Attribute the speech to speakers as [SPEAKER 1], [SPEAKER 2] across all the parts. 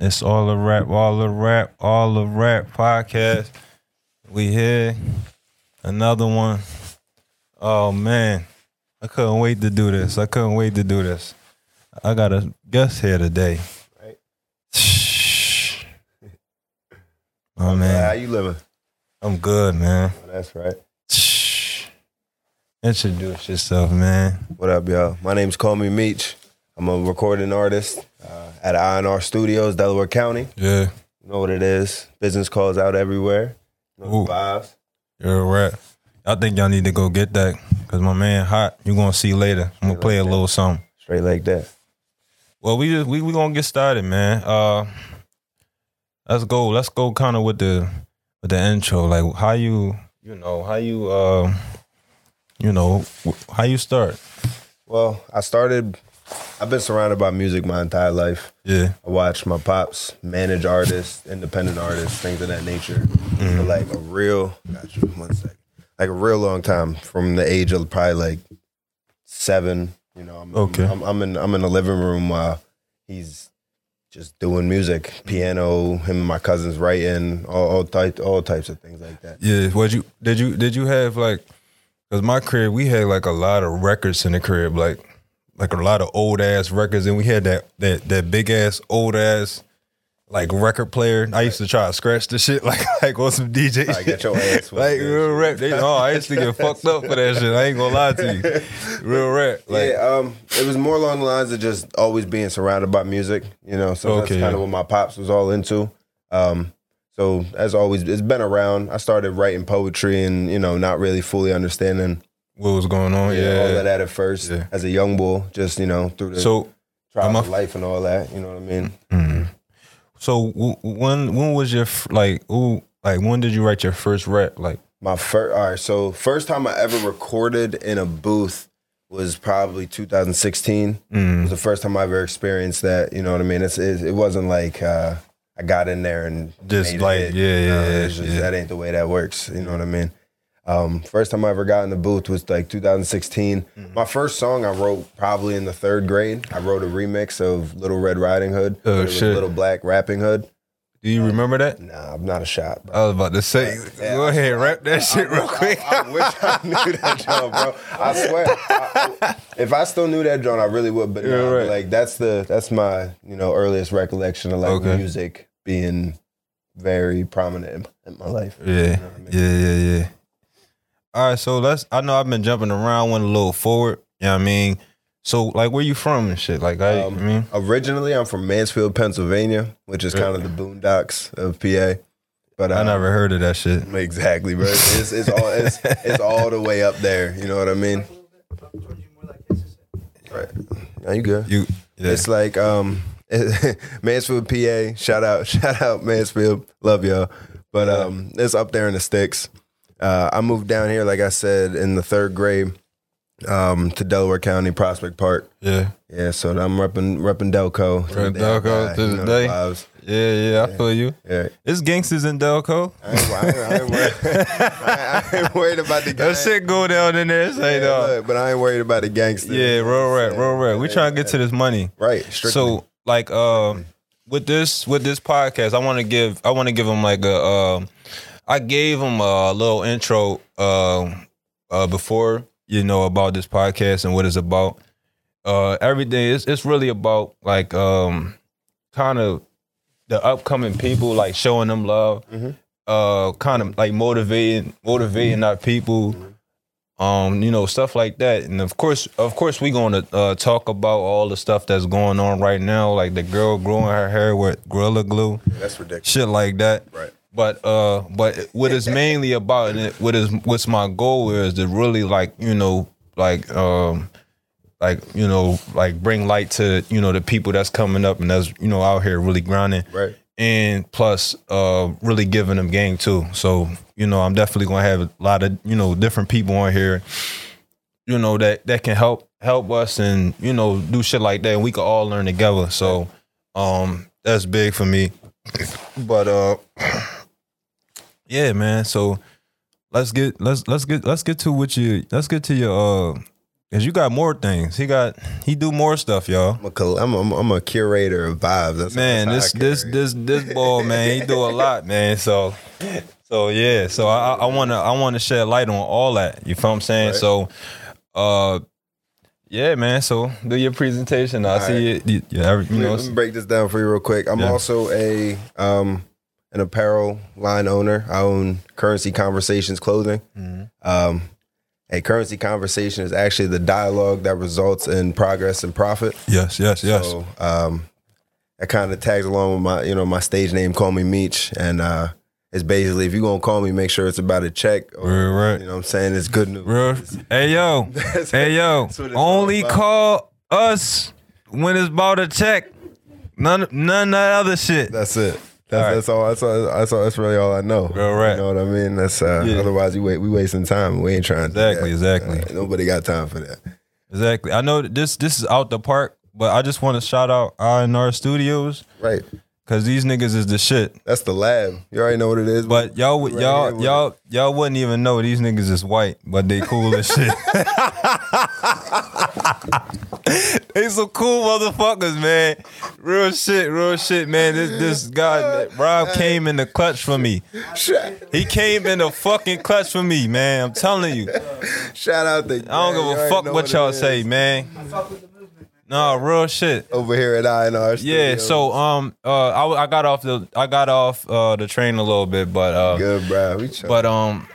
[SPEAKER 1] It's all a rap, all a rap, all a rap podcast. We here. Another one. Oh man. I couldn't wait to do this. I couldn't wait to do this. I got a guest here today.
[SPEAKER 2] Right.
[SPEAKER 1] Oh
[SPEAKER 2] How
[SPEAKER 1] man.
[SPEAKER 2] you living?
[SPEAKER 1] I'm good, man.
[SPEAKER 2] Oh, that's right.
[SPEAKER 1] Introduce yourself, man.
[SPEAKER 2] What up, y'all? My name's Comey Meach. I'm a recording artist uh, at INR Studios, Delaware County.
[SPEAKER 1] Yeah.
[SPEAKER 2] You know what it is. Business calls out everywhere. You know
[SPEAKER 1] Ooh.
[SPEAKER 2] the vibes.
[SPEAKER 1] You're a rap. I think y'all need to go get that. Cause my man hot. You're gonna see later. I'm gonna play a little something.
[SPEAKER 2] Straight like that.
[SPEAKER 1] Well, we just we we gonna get started, man. Uh, let's go. Let's go kind of with the with the intro. Like how you you know how you uh you know wh- how you start.
[SPEAKER 2] Well, I started, I've been surrounded by music my entire life.
[SPEAKER 1] Yeah,
[SPEAKER 2] I watched my pops manage artists, independent artists, things of that nature
[SPEAKER 1] Mm-hmm.
[SPEAKER 2] for like a real, got you, one sec, like a real long time from the age of probably like seven. You know, I'm,
[SPEAKER 1] Okay.
[SPEAKER 2] I'm, I'm in I'm in the living room while he's just doing music, piano, him and my cousins writing, all all, type, all types of things like that.
[SPEAKER 1] yeah. What you did you did you have like? Cause my crib, we had like a lot of records in the crib, like like a lot of old ass records, and we had that that that big ass old ass. Like record player, I used to try to scratch the shit like like on some DJ.
[SPEAKER 2] I get your
[SPEAKER 1] shit.
[SPEAKER 2] ass. with
[SPEAKER 1] Like
[SPEAKER 2] this.
[SPEAKER 1] real rap. They, oh, I used to get fucked up for that shit. I ain't gonna lie to you. Real rap. Like
[SPEAKER 2] yeah, um, it was more along the lines of just always being surrounded by music, you know. So that's
[SPEAKER 1] Okay.
[SPEAKER 2] kind of what my pops was all into. Um, so as always, it's been around. I started writing poetry and you know not really fully understanding
[SPEAKER 1] what was going on.
[SPEAKER 2] you know, all of
[SPEAKER 1] Oh, Yeah.
[SPEAKER 2] that at first
[SPEAKER 1] Yeah.
[SPEAKER 2] as a young bull, just you know through the
[SPEAKER 1] So
[SPEAKER 2] trials
[SPEAKER 1] am I-
[SPEAKER 2] of life and all that. You know what I mean?
[SPEAKER 1] so w- when when was your f- like ooh like when did you write your first rap? Like
[SPEAKER 2] My first, all right. So first time I ever recorded in a booth was probably 2016.
[SPEAKER 1] mm.
[SPEAKER 2] It was the first time I ever experienced that. You know what I mean? It's it, it wasn't like uh, I got in there and
[SPEAKER 1] Just
[SPEAKER 2] made
[SPEAKER 1] like,
[SPEAKER 2] it.
[SPEAKER 1] yeah, yeah,
[SPEAKER 2] No,
[SPEAKER 1] yeah,
[SPEAKER 2] it's just-
[SPEAKER 1] yeah.
[SPEAKER 2] That ain't the way that works. You know what I mean? Um, first time I ever got in the booth was like 2016.
[SPEAKER 1] Mm-hmm.
[SPEAKER 2] My first song I wrote probably in the third grade. I wrote a remix of Little Red Riding Hood.
[SPEAKER 1] Oh,
[SPEAKER 2] but it was
[SPEAKER 1] shit.
[SPEAKER 2] Little Black Rapping Hood.
[SPEAKER 1] do you remember that?
[SPEAKER 2] Nah, I'm not a shot. bro.
[SPEAKER 1] I was about to say,
[SPEAKER 2] Yeah,
[SPEAKER 1] go ahead, rap that shit real quick.
[SPEAKER 2] I, I wish I knew that John, bro. I swear, I- I- if I still knew that John, I really would. But
[SPEAKER 1] Yeah,
[SPEAKER 2] nah,
[SPEAKER 1] right.
[SPEAKER 2] like that's the that's my you know earliest recollection of like
[SPEAKER 1] Okay.
[SPEAKER 2] music being very prominent in my, in my life.
[SPEAKER 1] Yeah,
[SPEAKER 2] what I mean?
[SPEAKER 1] yeah, yeah, yeah. All right, so let's. I know I've been jumping around, went a little forward. You know what I mean? So like, where you from and shit? Like, I, I
[SPEAKER 2] Um,
[SPEAKER 1] mean,
[SPEAKER 2] Originally, I'm from Mansfield, Pennsylvania, which is kind of the boondocks of PA. But
[SPEAKER 1] I
[SPEAKER 2] um,
[SPEAKER 1] never heard of that shit.
[SPEAKER 2] exactly, bro. It's, it's all it's, it's all the way up there. You know what I mean? Right. Now you good?
[SPEAKER 1] You, yeah.
[SPEAKER 2] It's like um Mansfield PA. Shout out, shout out Mansfield. Love y'all. But um it's up there in the sticks. Uh I moved down here, like I said, in the third grade, um, to Delaware County, Prospect Park.
[SPEAKER 1] yeah.
[SPEAKER 2] Yeah, so I'm repping repping Delco. to the
[SPEAKER 1] Repping
[SPEAKER 2] day I
[SPEAKER 1] Delco
[SPEAKER 2] die,
[SPEAKER 1] to
[SPEAKER 2] you
[SPEAKER 1] the
[SPEAKER 2] know
[SPEAKER 1] day.
[SPEAKER 2] vibes.
[SPEAKER 1] Yeah, yeah, I feel you.
[SPEAKER 2] Yeah.
[SPEAKER 1] It's gangsters in Delco.
[SPEAKER 2] I ain't, I ain't, I ain't, worried, I ain't worried about the
[SPEAKER 1] That
[SPEAKER 2] gangster.
[SPEAKER 1] shit go down in there. It's like,
[SPEAKER 2] Yeah,
[SPEAKER 1] dog.
[SPEAKER 2] look, but I ain't uh, worried about the gangster.
[SPEAKER 1] yeah, real rap, real rap. We trying to get to this money.
[SPEAKER 2] Right. Strictly.
[SPEAKER 1] So, like, um, with this with this podcast, I want to give I want to give him like a um, I gave him a little intro um uh, before you know about this podcast and what it's about. Uh, everything it's it's really about like um, kind of the upcoming people, like showing them love, uh, kind of like motivating motivating our people, um, you know, stuff like that. And of course, of course, we're going to uh, talk about all the stuff that's going on right now, like the girl growing her hair with gorilla glue,
[SPEAKER 2] that's ridiculous.
[SPEAKER 1] shit like that.
[SPEAKER 2] Right.
[SPEAKER 1] But uh, but what it's mainly about, and it- what is what's my goal is to really like you know like um like you know like bring light to you know the people that's coming up and that's you know out here really grinding
[SPEAKER 2] Right.
[SPEAKER 1] and plus uh really giving them game too so you know i'm definitely gonna have a lot of you know different people on here you know that that can help help us and you know do shit like that and we can all learn together so um that's big for me but uh yeah man so let's get let's let's get let's get to what you let's get to your uh Cause you got more things. He got he do more stuff, y'all.
[SPEAKER 2] I'm a, col- I'm a, I'm a curator of vibes. That's
[SPEAKER 1] Man, this
[SPEAKER 2] that's how I
[SPEAKER 1] this
[SPEAKER 2] carry.
[SPEAKER 1] this this boy, man, he do a lot, man. So so yeah. So I I- I wanna I wanna shed light on all that. You feel what I'm saying?
[SPEAKER 2] Right.
[SPEAKER 1] So uh yeah, man. So do your presentation. I
[SPEAKER 2] All
[SPEAKER 1] see it. You, you, every- you know,
[SPEAKER 2] Let me break this down for you real quick. I'm
[SPEAKER 1] Yeah.
[SPEAKER 2] also a um an apparel line owner. I own Currency Conversations Clothing.
[SPEAKER 1] Mhm.
[SPEAKER 2] Um, a currency conversation is actually the dialogue that results in progress and profit.
[SPEAKER 1] yes, yes, yes.
[SPEAKER 2] So um, that kind of tags along with my, you know, my stage name, call me Meech, and uh, it's basically if you're gonna call me, make sure it's about a check. Or,
[SPEAKER 1] Real right.
[SPEAKER 2] You know, what I'm saying it's good news.
[SPEAKER 1] Real. Hey yo.
[SPEAKER 2] That's-
[SPEAKER 1] Hey yo.
[SPEAKER 2] that's what it's all
[SPEAKER 1] Only
[SPEAKER 2] about.
[SPEAKER 1] call us when it's about a check. None none of that other shit.
[SPEAKER 2] That's it. That's,
[SPEAKER 1] All right.
[SPEAKER 2] that's all. That's all. That's all. That's really all I know.
[SPEAKER 1] Real rap.
[SPEAKER 2] You know what I mean? That's uh,
[SPEAKER 1] Yeah.
[SPEAKER 2] otherwise you wait. We wasting time. We ain't trying. To do
[SPEAKER 1] Exactly,
[SPEAKER 2] that.
[SPEAKER 1] exactly.
[SPEAKER 2] Uh, nobody got time for that.
[SPEAKER 1] Exactly. I know that this this is out the park, but I just want to shout out R&R Studios
[SPEAKER 2] Right.
[SPEAKER 1] cuz these niggas is the shit.
[SPEAKER 2] That's the lab. You already know what it is.
[SPEAKER 1] But y'all would
[SPEAKER 2] Right
[SPEAKER 1] y'all
[SPEAKER 2] here with
[SPEAKER 1] y'all y'all wouldn't even know these niggas is white, but they cool as shit. they some cool motherfuckers, man. Real shit, real shit, man. This this guy Rob came in the clutch for me.
[SPEAKER 2] shout,
[SPEAKER 1] He came in the fucking clutch for me, man. I'm telling you.
[SPEAKER 2] shout out to.
[SPEAKER 1] I don't give a fuck what y'all say, man. No, real shit.
[SPEAKER 2] over here at INR.
[SPEAKER 1] Yeah,
[SPEAKER 2] Studios.
[SPEAKER 1] so um uh I, w- I got off the I got off uh the train a little bit, but uh
[SPEAKER 2] good, bro. We try.
[SPEAKER 1] but um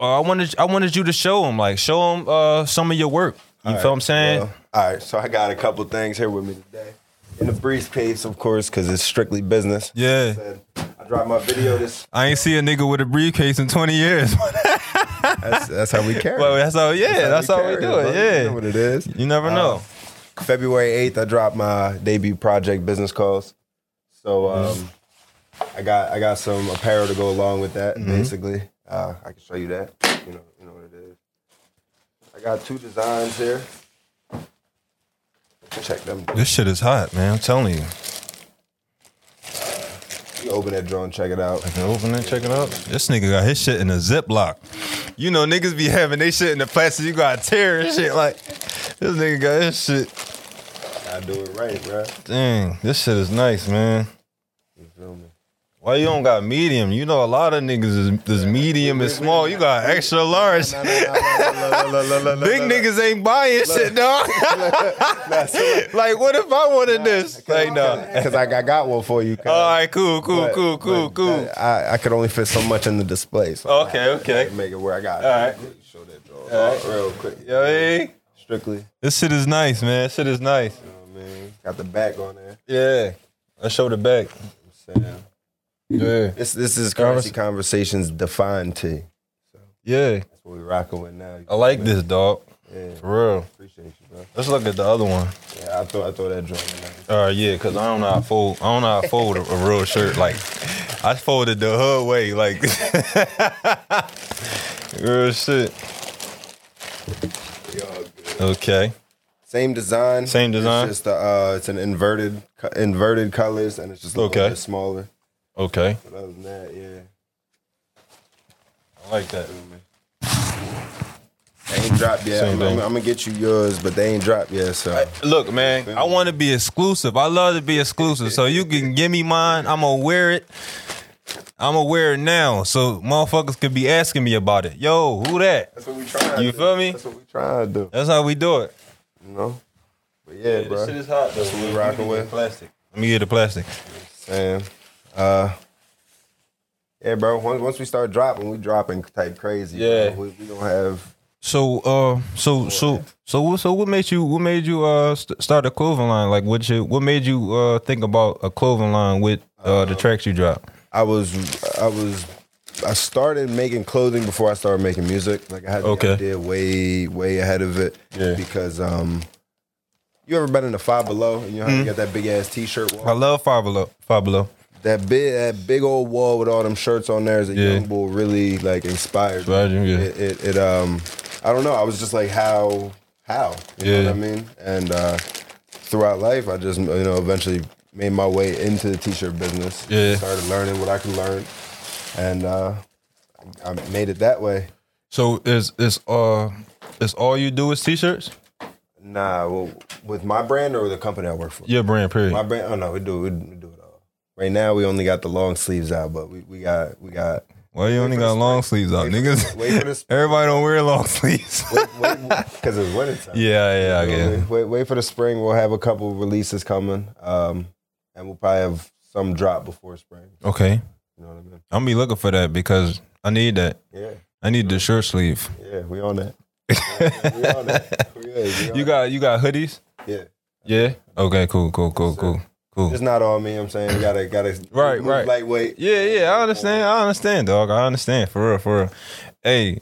[SPEAKER 1] uh, I wanted I wanted you to show him like show him uh some of your work. You feel what I'm saying?
[SPEAKER 2] Well, all right, so I got a couple things here with me today. In the briefcase, of course, because it's strictly business.
[SPEAKER 1] yeah.
[SPEAKER 2] Said, I dropped my video. This
[SPEAKER 1] I ain't see a nigga with a briefcase in 20 years.
[SPEAKER 2] that's, that's how we carry.
[SPEAKER 1] well, that's how yeah, that's how we
[SPEAKER 2] carry
[SPEAKER 1] do
[SPEAKER 2] bro.
[SPEAKER 1] it.
[SPEAKER 2] you know what
[SPEAKER 1] Yeah.
[SPEAKER 2] it is.
[SPEAKER 1] You never know.
[SPEAKER 2] February 8th, I dropped my debut project, Business Calls. So um, I got I got some apparel to go along with that.
[SPEAKER 1] Mm-hmm.
[SPEAKER 2] Basically, uh, I can show you that. You know, you know what it is. I got two designs here. Check them.
[SPEAKER 1] This shit is hot, man. I'm telling you.
[SPEAKER 2] You open that drawer and check it out.
[SPEAKER 1] I can open it, check it out. This nigga got his shit in a Ziploc. You know, niggas be having they shit in the plastic. You got to tear and shit. Like, this nigga got his shit.
[SPEAKER 2] I do it right, bro.
[SPEAKER 1] Dang, this shit is nice, man.
[SPEAKER 2] You feel me?
[SPEAKER 1] Why you don't got medium? You know, a lot of niggas is, is medium and small. You got extra large. Big niggas ain't buying shit, dog. Like, what if I wanted this? Like, no.
[SPEAKER 2] Because I, I got one for you. 'cause-
[SPEAKER 1] All right, cool, cool,
[SPEAKER 2] but-
[SPEAKER 1] Oh, cool, cool,
[SPEAKER 2] but
[SPEAKER 1] cool. Oh,
[SPEAKER 2] that- I, I could only fit so much in the display. So
[SPEAKER 1] Okay,
[SPEAKER 2] I had to
[SPEAKER 1] okay.
[SPEAKER 2] Make it where I got.
[SPEAKER 1] All right.
[SPEAKER 2] Show that drawer
[SPEAKER 1] All right.
[SPEAKER 2] real quick.
[SPEAKER 1] Yo, hey.
[SPEAKER 2] Strictly.
[SPEAKER 1] This shit is nice, man. This shit is nice.
[SPEAKER 2] You know what I mean? Got the back on there.
[SPEAKER 1] Yeah. I showed it back.
[SPEAKER 2] Sam.
[SPEAKER 1] Yeah.
[SPEAKER 2] This this is currency conversations defined tea.
[SPEAKER 1] Yeah.
[SPEAKER 2] That's what we rocking with now.
[SPEAKER 1] I like this, dog.
[SPEAKER 2] Yeah.
[SPEAKER 1] For real.
[SPEAKER 2] Appreciate you, bro.
[SPEAKER 1] Let's look at the other one.
[SPEAKER 2] Yeah, I throw I throw that drawer. in there.
[SPEAKER 1] All right, Uh, yeah, because I don't know how to fold. I don't know how to fold a, a real shirt. Like, I folded the hood way. Like, real shit.
[SPEAKER 2] We all good.
[SPEAKER 1] Okay.
[SPEAKER 2] Same design.
[SPEAKER 1] Same design?
[SPEAKER 2] It's just the, uh, it's an inverted co- inverted colors, and it's just a little
[SPEAKER 1] Okay.
[SPEAKER 2] bit smaller.
[SPEAKER 1] Okay.
[SPEAKER 2] But other than that, yeah.
[SPEAKER 1] I like that.
[SPEAKER 2] They ain't dropped yet.
[SPEAKER 1] Same
[SPEAKER 2] I'm,
[SPEAKER 1] thing.
[SPEAKER 2] I'm- I'm gonna get you yours, but they ain't dropped yet. So
[SPEAKER 1] Look, man, I want to be exclusive. I love to be exclusive. So you can give me mine. I'm going to wear it. I'm going to wear it now. So motherfuckers could be asking me about it. Yo, who that?
[SPEAKER 2] that's what we trying. to
[SPEAKER 1] You
[SPEAKER 2] do.
[SPEAKER 1] feel me?
[SPEAKER 2] That's what we trying to do.
[SPEAKER 1] That's how we do it.
[SPEAKER 2] You know. But yeah, bro.
[SPEAKER 1] is hot, though. That's
[SPEAKER 2] what we rocking with.
[SPEAKER 1] Plastic. Let me get the plastic.
[SPEAKER 2] Sam. Uh, yeah, bro. Once, once we start dropping, we dropping type crazy. bro.
[SPEAKER 1] Yeah.
[SPEAKER 2] we, we gonna have.
[SPEAKER 1] So, uh, so, so, so, what, so, what made you, what made you, uh, st- start a clothing line? Like, what you, what made you, uh, think about a clothing line with, uh, the tracks you drop?
[SPEAKER 2] I was, I was, I started making clothing before I started making music. Like I had the
[SPEAKER 1] Okay.
[SPEAKER 2] idea way, way ahead of it.
[SPEAKER 1] Yeah.
[SPEAKER 2] Because um, you ever been in a five below and you know how you got that big ass t shirt wall?
[SPEAKER 1] Hmm. I love Five Below. Five Below.
[SPEAKER 2] That big that big old wall with all them shirts on there as a
[SPEAKER 1] Yeah.
[SPEAKER 2] young bull really like inspired me.
[SPEAKER 1] Roger, yeah.
[SPEAKER 2] It, it it um I don't know, I was just like how how you
[SPEAKER 1] Yeah.
[SPEAKER 2] know what I mean? And uh throughout life I just you know eventually made my way into the t-shirt business.
[SPEAKER 1] Yeah.
[SPEAKER 2] Started learning what I could learn and uh I made it that way.
[SPEAKER 1] So is is uh That's all you do is t-shirts.
[SPEAKER 2] Nah, well, with my brand or the company I work for?
[SPEAKER 1] Your brand, period.
[SPEAKER 2] My brand. Oh no, we do we do it all. Right now, we only got the long sleeves out, but we, we got we got
[SPEAKER 1] Why you only got long sleeves on,
[SPEAKER 2] wait for-
[SPEAKER 1] niggas?
[SPEAKER 2] wait for this-
[SPEAKER 1] Everybody don't wear long sleeves.
[SPEAKER 2] because it's winter time.
[SPEAKER 1] yeah, yeah, I get it.
[SPEAKER 2] Wait, wait for the spring. We'll have a couple releases coming, um, and we'll probably have some drop before spring.
[SPEAKER 1] Okay,
[SPEAKER 2] You know what I mean?
[SPEAKER 1] I'm be looking for that because I need that.
[SPEAKER 2] Yeah,
[SPEAKER 1] I need the shirt sleeve.
[SPEAKER 2] yeah, we on that. we on that. We is, we on
[SPEAKER 1] You got you got hoodies.
[SPEAKER 2] that. yeah.
[SPEAKER 1] Yeah. Okay. Cool. Cool. Cool. Cool. Cool.
[SPEAKER 2] It's not all me. I'm saying you gotta gotta
[SPEAKER 1] Right,
[SPEAKER 2] move
[SPEAKER 1] right.
[SPEAKER 2] lightweight.
[SPEAKER 1] Yeah, yeah, I understand. I understand, dog. I understand for real, for real. Hey,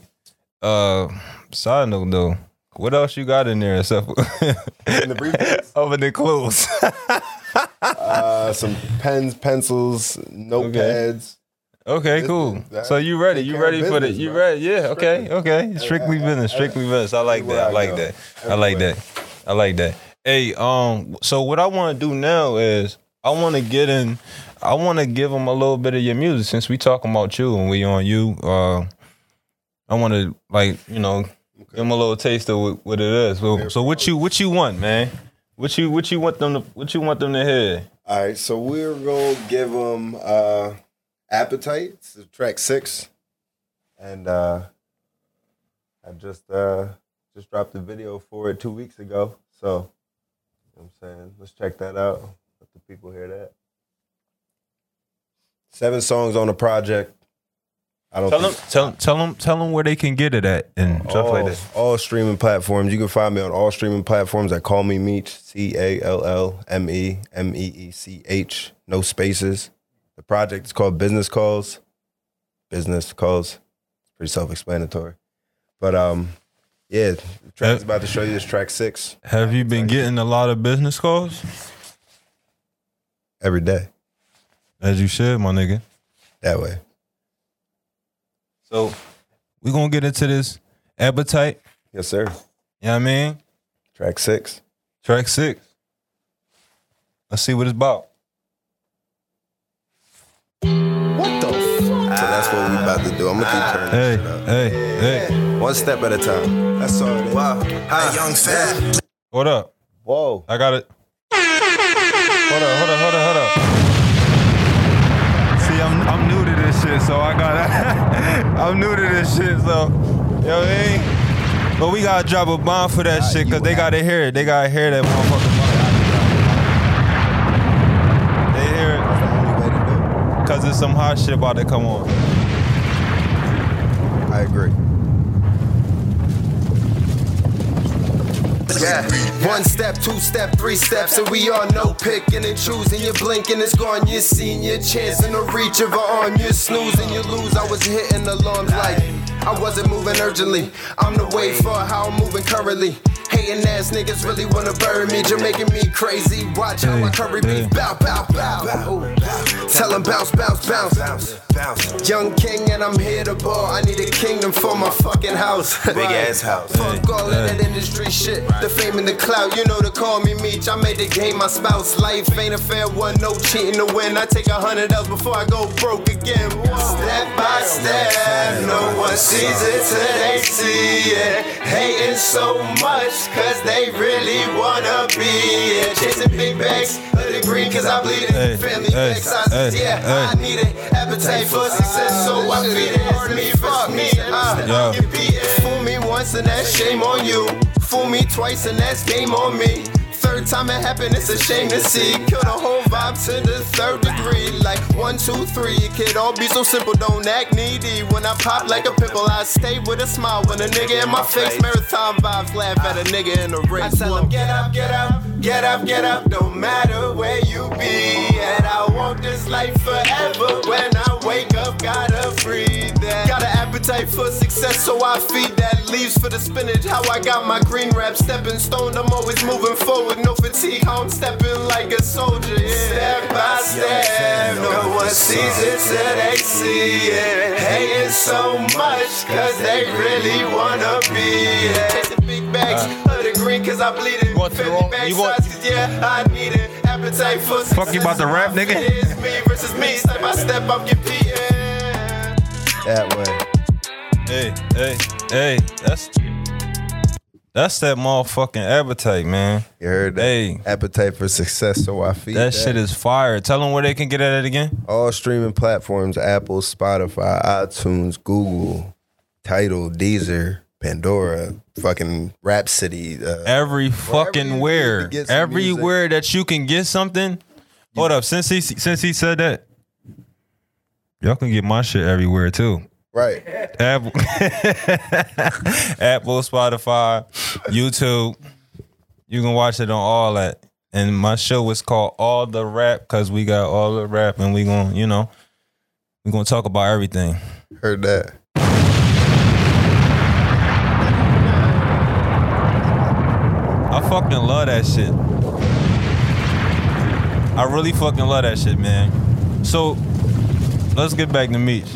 [SPEAKER 1] uh, side note though, what else you got in there except
[SPEAKER 2] In the briefcase,
[SPEAKER 1] other than clothes?
[SPEAKER 2] uh, some pens, pencils, notepads.
[SPEAKER 1] okay,
[SPEAKER 2] This-
[SPEAKER 1] cool.
[SPEAKER 2] that-
[SPEAKER 1] So you ready?
[SPEAKER 2] take
[SPEAKER 1] You
[SPEAKER 2] care of
[SPEAKER 1] ready for the?
[SPEAKER 2] business,
[SPEAKER 1] You
[SPEAKER 2] bro.
[SPEAKER 1] ready? Yeah. Okay. Okay. Strictly business. Strictly business. I like that. I like that. I like that. I like that. Hey, um, so what I want to do now is I want to get in. I want to give them a little bit of your music since we talking about you and we on you. Uh, I want to like you know give them a little taste of what, what it is. So, so what you what you want, man? What you what you want them to what you want them to hear?
[SPEAKER 2] All right, so we're gonna give them uh, appetite. It's track six, and uh, I just uh, just dropped the video for it two weeks ago. So, you know what I'm saying, let's check that out. Let the people hear that. Seven songs on the project. I don't
[SPEAKER 1] Tell them
[SPEAKER 2] think-
[SPEAKER 1] tell tell them tell them where they can get it at and stuff
[SPEAKER 2] all,
[SPEAKER 1] like that.
[SPEAKER 2] all streaming platforms. You can find me on all streaming platforms at Call Me Meech, C A L L M E M E E C H, no spaces. The project is called Business Calls. Business Calls. Pretty self explanatory. But um, yeah, the track's about to show you this track six
[SPEAKER 1] Have you been getting a lot of business calls?
[SPEAKER 2] every day.
[SPEAKER 1] As you should, my nigga.
[SPEAKER 2] That way.
[SPEAKER 1] So we're gonna get into this appetite.
[SPEAKER 2] Yes, sir.
[SPEAKER 1] You know what I mean?
[SPEAKER 2] Track six.
[SPEAKER 1] Track six. Let's see what it's about.
[SPEAKER 2] What the f- So that's what we about to do. I'm gonna keep turning
[SPEAKER 1] Hey,
[SPEAKER 2] this shit up.
[SPEAKER 1] hey, hey.
[SPEAKER 2] One step at a time. That's all it is. Wow. young fam.
[SPEAKER 1] What up?
[SPEAKER 2] Whoa.
[SPEAKER 1] I got it. Hold up, hold up, hold up, hold up. See, I'm I'm new to this shit, so I gotta I'm new to this shit, so you know what I mean? But we gotta drop a bomb for that shit, cause they gotta hear it. They gotta hear that motherfucker. They hear it.
[SPEAKER 2] That's the only way to
[SPEAKER 1] Cause there's some hot shit about to come on.
[SPEAKER 2] do it. I agree.
[SPEAKER 3] Yeah. One step, two step, three steps, and we are no picking and choosing. You're blinking, it's gone. You're seeing your chance in the reach of an arm. You're snoozing, you lose. I was hitting alarms like I wasn't moving urgently. I'm the way for how I'm moving currently. Hating ass niggas really wanna bury me. You're making me crazy. Watch how my curry
[SPEAKER 1] Hey, hey.
[SPEAKER 3] beef bow, bow, bow. Tell 'em bounce, bounce, bounce. Young king, and I'm here to ball. I need a kingdom for my fucking house. Big ass house. Fuck all of that industry shit. The fame and the clout, you know to call me Meech. I made the game my spouse. Life ain't a fair one, no cheating to win. I take a hundred L's before I go broke again. Step by step, no one sees it till they see it. Hating so much, cause they really wanna be it. Chasing big bags of the green, cause I bleed it.
[SPEAKER 1] Hey,
[SPEAKER 3] Family
[SPEAKER 1] hey,
[SPEAKER 3] back sizes,
[SPEAKER 1] hey,
[SPEAKER 3] yeah.
[SPEAKER 1] hey.
[SPEAKER 3] I need it. Appetite for success, so I feed it. It's me, fuck me,
[SPEAKER 1] Yeah.
[SPEAKER 3] uh, you beat it. Fool me once and that's shame on you. Fool me twice and that's game on me. Third time it happened, it's a shame to see. Kill the whole vibe to the third degree. Like one, two, three, it could all be so simple. Don't act needy. When I pop like a pimple, I stay with a smile. When a nigga in my face, marathon vibes, laugh at a nigga in a race. I tell him, get up, get up, get up, get up. Don't matter where you be. And I walk this life forever. When I wake up, gotta breathe that. Got an appetite for success, so I feed that. Leaves for the spinach, how I got my green wrap. Stepping stone, I'm always moving forward. No fatigue, how I'm stepping like a soldier. Yeah. Step by step, no one sees it till they see it. Hating so much, cause they really wanna be it. Chasing big bags of the green, cause I bleed it.
[SPEAKER 1] Uh. You want the
[SPEAKER 3] Fendi
[SPEAKER 1] wrong-
[SPEAKER 3] bag
[SPEAKER 1] you want-
[SPEAKER 3] sizes, yeah, I need it. Appetite for success.
[SPEAKER 1] Fuck, you about to rap, nigga?
[SPEAKER 3] It is me versus me, step by step, I'm competing.
[SPEAKER 2] That way.
[SPEAKER 1] Hey, hey, hey. That's That's that motherfucking appetite, man.
[SPEAKER 2] You heard that?
[SPEAKER 1] Hey.
[SPEAKER 2] Appetite for success, so I feed
[SPEAKER 1] That shit is fire. Tell them where they can get at it again.
[SPEAKER 2] all streaming platforms: Apple, Spotify, iTunes, Google, Title, Deezer, Pandora, fucking Rhapsody. Uh,
[SPEAKER 1] Every
[SPEAKER 2] you
[SPEAKER 1] fucking
[SPEAKER 2] need
[SPEAKER 1] where,
[SPEAKER 2] to get some
[SPEAKER 1] everywhere that you can get something. Hold up, since he since he said that, y'all can get my shit everywhere too.
[SPEAKER 2] right.
[SPEAKER 1] Apple, Apple, Spotify, YouTube. You can watch it on all that. And my show is called All the Rap because we got all the rap, and we gonna, you know, we gonna talk about everything.
[SPEAKER 2] Heard that.
[SPEAKER 1] I fucking love that shit. I really fucking love that shit, man. So let's get back to meat.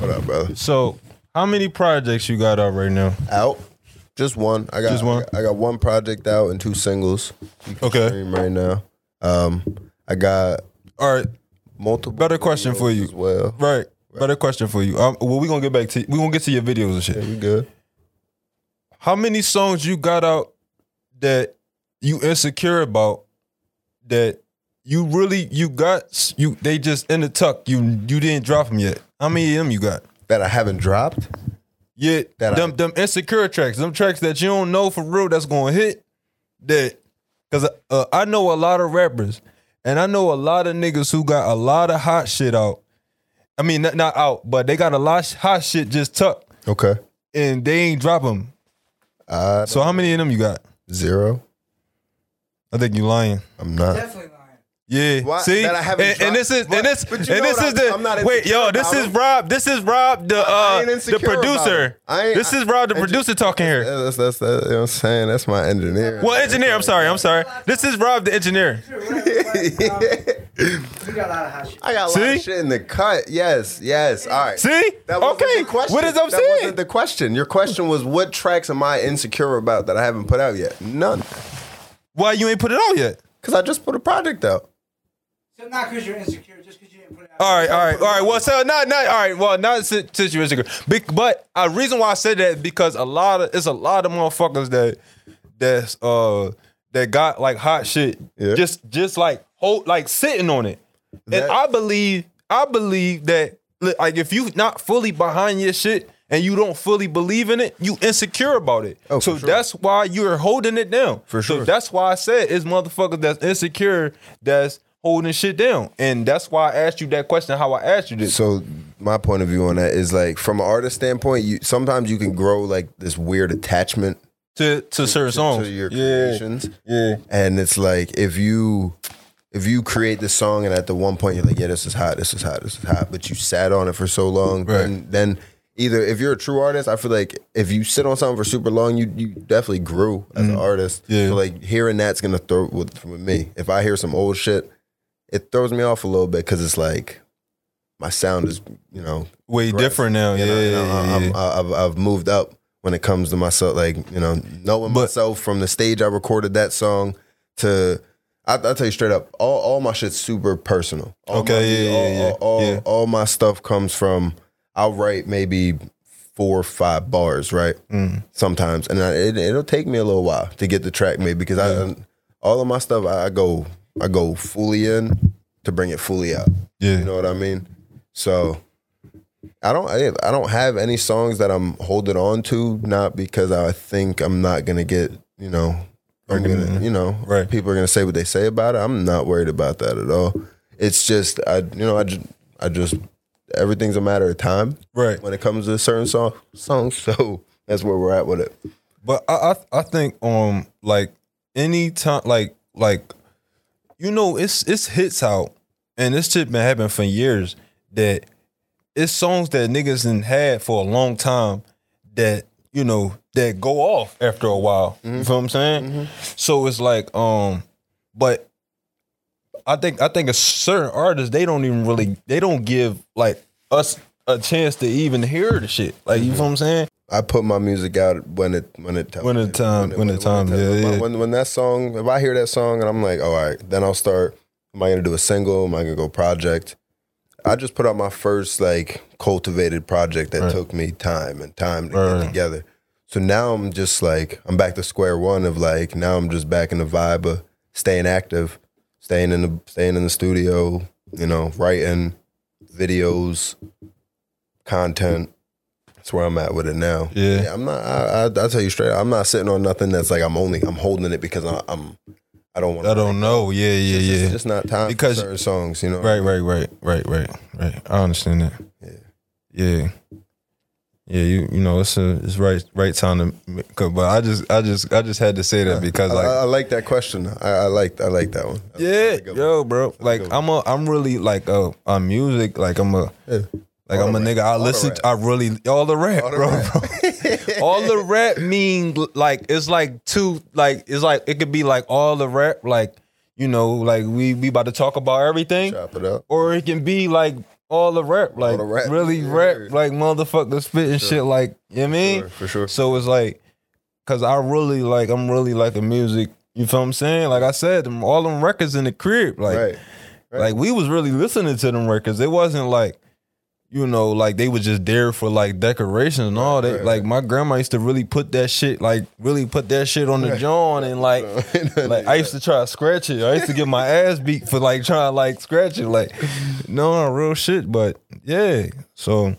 [SPEAKER 2] What up, brother?
[SPEAKER 1] So how many projects you got out right now?
[SPEAKER 2] Out. Just one. I got
[SPEAKER 1] Just one?
[SPEAKER 2] I got, I got one project out and two singles. You can
[SPEAKER 1] Okay.
[SPEAKER 2] stream Right now. Um, I got
[SPEAKER 1] All right,
[SPEAKER 2] multiple.
[SPEAKER 1] Better question
[SPEAKER 2] videos
[SPEAKER 1] for you.
[SPEAKER 2] As well.
[SPEAKER 1] right. Better question for you. Um, well, we gonna get back to we gonna get to your videos and shit.
[SPEAKER 2] You good?
[SPEAKER 1] How many songs you got out that you insecure about that you really you got you they just in the tuck you you didn't drop them yet? How many of them you got?
[SPEAKER 2] That I haven't dropped.
[SPEAKER 1] Yeah,
[SPEAKER 2] That I-
[SPEAKER 1] them them insecure tracks, them tracks that you don't know for real that's gonna hit. That, cause uh, I know a lot of rappers, and I know a lot of niggas who got a lot of hot shit out. I mean, not, not out, but they got a lot of hot shit just tucked,
[SPEAKER 2] Okay.
[SPEAKER 1] and they ain't drop them.
[SPEAKER 2] Uh,
[SPEAKER 1] So how many of them you got?
[SPEAKER 2] zero.
[SPEAKER 1] I think you lying.
[SPEAKER 2] I'm not.
[SPEAKER 4] Definitely lying.
[SPEAKER 1] Yeah.
[SPEAKER 2] Why-
[SPEAKER 1] See,
[SPEAKER 2] that I haven't
[SPEAKER 1] and, and this is
[SPEAKER 2] dropped-
[SPEAKER 1] and this
[SPEAKER 2] But-
[SPEAKER 1] and this
[SPEAKER 2] but you know
[SPEAKER 1] is
[SPEAKER 2] what, I'm-
[SPEAKER 1] the
[SPEAKER 2] I'm not
[SPEAKER 1] wait, yo.
[SPEAKER 2] insecure
[SPEAKER 1] This
[SPEAKER 2] about
[SPEAKER 1] is
[SPEAKER 2] it.
[SPEAKER 1] Rob. This is Rob, the
[SPEAKER 2] I
[SPEAKER 1] uh,
[SPEAKER 2] ain't
[SPEAKER 1] the
[SPEAKER 2] insecure about
[SPEAKER 1] producer.
[SPEAKER 2] it. I ain't-
[SPEAKER 1] This is Rob, the
[SPEAKER 2] I-
[SPEAKER 1] producer, talking here.
[SPEAKER 2] Yeah, that's that's that, you know what I'm saying. That's my engineer.
[SPEAKER 1] Well, engineer, I'm sorry, I'm sorry. This is Rob, the engineer.
[SPEAKER 4] We got a lot of hot shit.
[SPEAKER 2] I got a lot
[SPEAKER 1] See?
[SPEAKER 2] of shit in the cut. Yes, yes. All right.
[SPEAKER 1] See?
[SPEAKER 2] That wasn't
[SPEAKER 1] Okay,
[SPEAKER 2] The question.
[SPEAKER 1] what is I'm
[SPEAKER 2] that
[SPEAKER 1] saying?
[SPEAKER 2] Wasn't the question. Your question was what tracks am I insecure about that I haven't put out yet? None.
[SPEAKER 1] Why you ain't put it out yet?
[SPEAKER 2] Cause I just put a project out.
[SPEAKER 4] So not because you're insecure, just because you didn't put it out.
[SPEAKER 1] All right, all right, all right. Well, so not not all right. Well, not si- since you insecure, Be- but a reason why I said that because a lot of it's a lot of motherfuckers that that's uh that got like hot shit,
[SPEAKER 2] Yeah.
[SPEAKER 1] just just like hold like sitting on it,
[SPEAKER 2] That-
[SPEAKER 1] and I believe I believe that li- like if you not fully behind your shit and you don't fully believe in it, you insecure about it.
[SPEAKER 2] Oh, for
[SPEAKER 1] so
[SPEAKER 2] sure.
[SPEAKER 1] that's why you're holding it down.
[SPEAKER 2] For
[SPEAKER 1] So
[SPEAKER 2] sure.
[SPEAKER 1] that's why I said it's motherfuckers that's insecure that's holding shit down. And that's why I asked you that question, how I asked you this.
[SPEAKER 2] So my point of view on that is like from an artist standpoint, you sometimes you can grow like this weird attachment
[SPEAKER 1] to to certain songs.
[SPEAKER 2] to your
[SPEAKER 1] yeah.
[SPEAKER 2] creations.
[SPEAKER 1] Yeah.
[SPEAKER 2] And it's like if you if you create the song and at the one point you're like, yeah, this is hot, this is hot, this is hot, but you sat on it for so long, then, then either if you're a true artist, I feel like if you sit on something for super long, you you definitely grew as an artist.
[SPEAKER 1] Mm-hmm. Yeah.
[SPEAKER 2] So like hearing that's gonna throw with, with me. If I hear some old shit, it throws me off a little bit because it's like my sound is you know
[SPEAKER 1] Way different now. Yeah.
[SPEAKER 2] you know, you know, I-
[SPEAKER 1] yeah,
[SPEAKER 2] I'm- I- I've, I've moved up when it comes to myself, like you know, knowing
[SPEAKER 1] But-
[SPEAKER 2] myself from the stage I recorded that song to. I, I'll tell you straight up, all, all my shit's super personal. All
[SPEAKER 1] Okay,
[SPEAKER 2] my,
[SPEAKER 1] yeah,
[SPEAKER 2] all,
[SPEAKER 1] yeah, yeah,
[SPEAKER 2] All, all,
[SPEAKER 1] yeah.
[SPEAKER 2] all my stuff comes from. I'll write maybe four or five bars, right?
[SPEAKER 1] Mm.
[SPEAKER 2] Sometimes, and I, it, it'll take me a little while to get the track made because I, all of my stuff, I, I go, I go fully in to bring it fully out.
[SPEAKER 1] yeah.
[SPEAKER 2] You know what I mean? So I don't I, I don't have any songs that I'm holding on to, not because I think I'm not gonna get, you know, I'm gonna, you know,
[SPEAKER 1] Right.
[SPEAKER 2] people are gonna say what they say about it. I'm not worried about that at all. It's just I you know, I just I just everything's a matter of time
[SPEAKER 1] right.
[SPEAKER 2] when it comes to certain song songs. So that's where we're at with it.
[SPEAKER 1] But I, I I think um like any time like like you know it's it's hits out and this shit been happening for years that it's songs that niggas done had for a long time that you know that go off after a while. You feel what I'm saying? So it's like um but I think I think a certain artists they don't even really they don't give like us a chance to even hear the shit. Like you feel what I'm saying?
[SPEAKER 2] I put my music out when it when it
[SPEAKER 1] When the time- when the time, yeah,
[SPEAKER 2] when,
[SPEAKER 1] yeah.
[SPEAKER 2] when when that song if I hear that song and I'm like all right then I'll start am I gonna do a single am I gonna go project I just put out my first like cultivated project that took me time and time to
[SPEAKER 1] Right, right.
[SPEAKER 2] get together So now I'm just like I'm back to square one of like now I'm just back in the vibe of staying active, staying in the staying in the studio, you know, writing videos, content. That's where I'm at with it now.
[SPEAKER 1] Yeah.
[SPEAKER 2] I'm not. I, I, I'll tell you straight. I'm not sitting on nothing that's like I'm only. I'm holding it because I, I'm. I don't want.
[SPEAKER 1] I don't know. Yeah, yeah, yeah.
[SPEAKER 2] It's just not time
[SPEAKER 1] Because-
[SPEAKER 2] for certain songs. You know.
[SPEAKER 1] Right, right, right, right, right, right. I understand that. Yeah, yeah, yeah. You, you know, it's a, it's right, right time to. make- Cause, but I just, I just, I just had to say that because
[SPEAKER 2] I,
[SPEAKER 1] like,
[SPEAKER 2] I, I like that question. I, I like. I like that one.
[SPEAKER 1] Uh, yeah,
[SPEAKER 2] That's a good one.
[SPEAKER 1] yo, bro. Like, I'm a, I'm really like a, a music. Like, I'm a, like I'm a
[SPEAKER 2] Auto
[SPEAKER 1] nigga.
[SPEAKER 2] rap.
[SPEAKER 1] I
[SPEAKER 2] Auto
[SPEAKER 1] listen.
[SPEAKER 2] rap.
[SPEAKER 1] I really all the rap,
[SPEAKER 2] Auto
[SPEAKER 1] bro.
[SPEAKER 2] rap.
[SPEAKER 1] bro. all the rap mean like it's like two. Like it's like it could be like all the rap. Like you know, like we we about to talk about everything.
[SPEAKER 2] Chop it up.
[SPEAKER 1] or it can be like all the rap, like
[SPEAKER 2] the rap,
[SPEAKER 1] really
[SPEAKER 2] yeah.
[SPEAKER 1] rap, like motherfuckers spit and shit, like you know what I mean.
[SPEAKER 2] Sure, for sure.
[SPEAKER 1] So it's like, cause I really like, I'm really like a music. You feel what I'm saying? Like I said, them, all them records in the crib, like
[SPEAKER 2] right.
[SPEAKER 1] like we was really listening to them records. It wasn't like, you know, like they was just there for like decorations and all that.
[SPEAKER 2] right,
[SPEAKER 1] like my grandma used to really put that shit, like really put that shit on the joint and like, like I used to try to scratch it. I used to get my ass beat for like trying to like scratch it. Like, no real shit. But yeah, so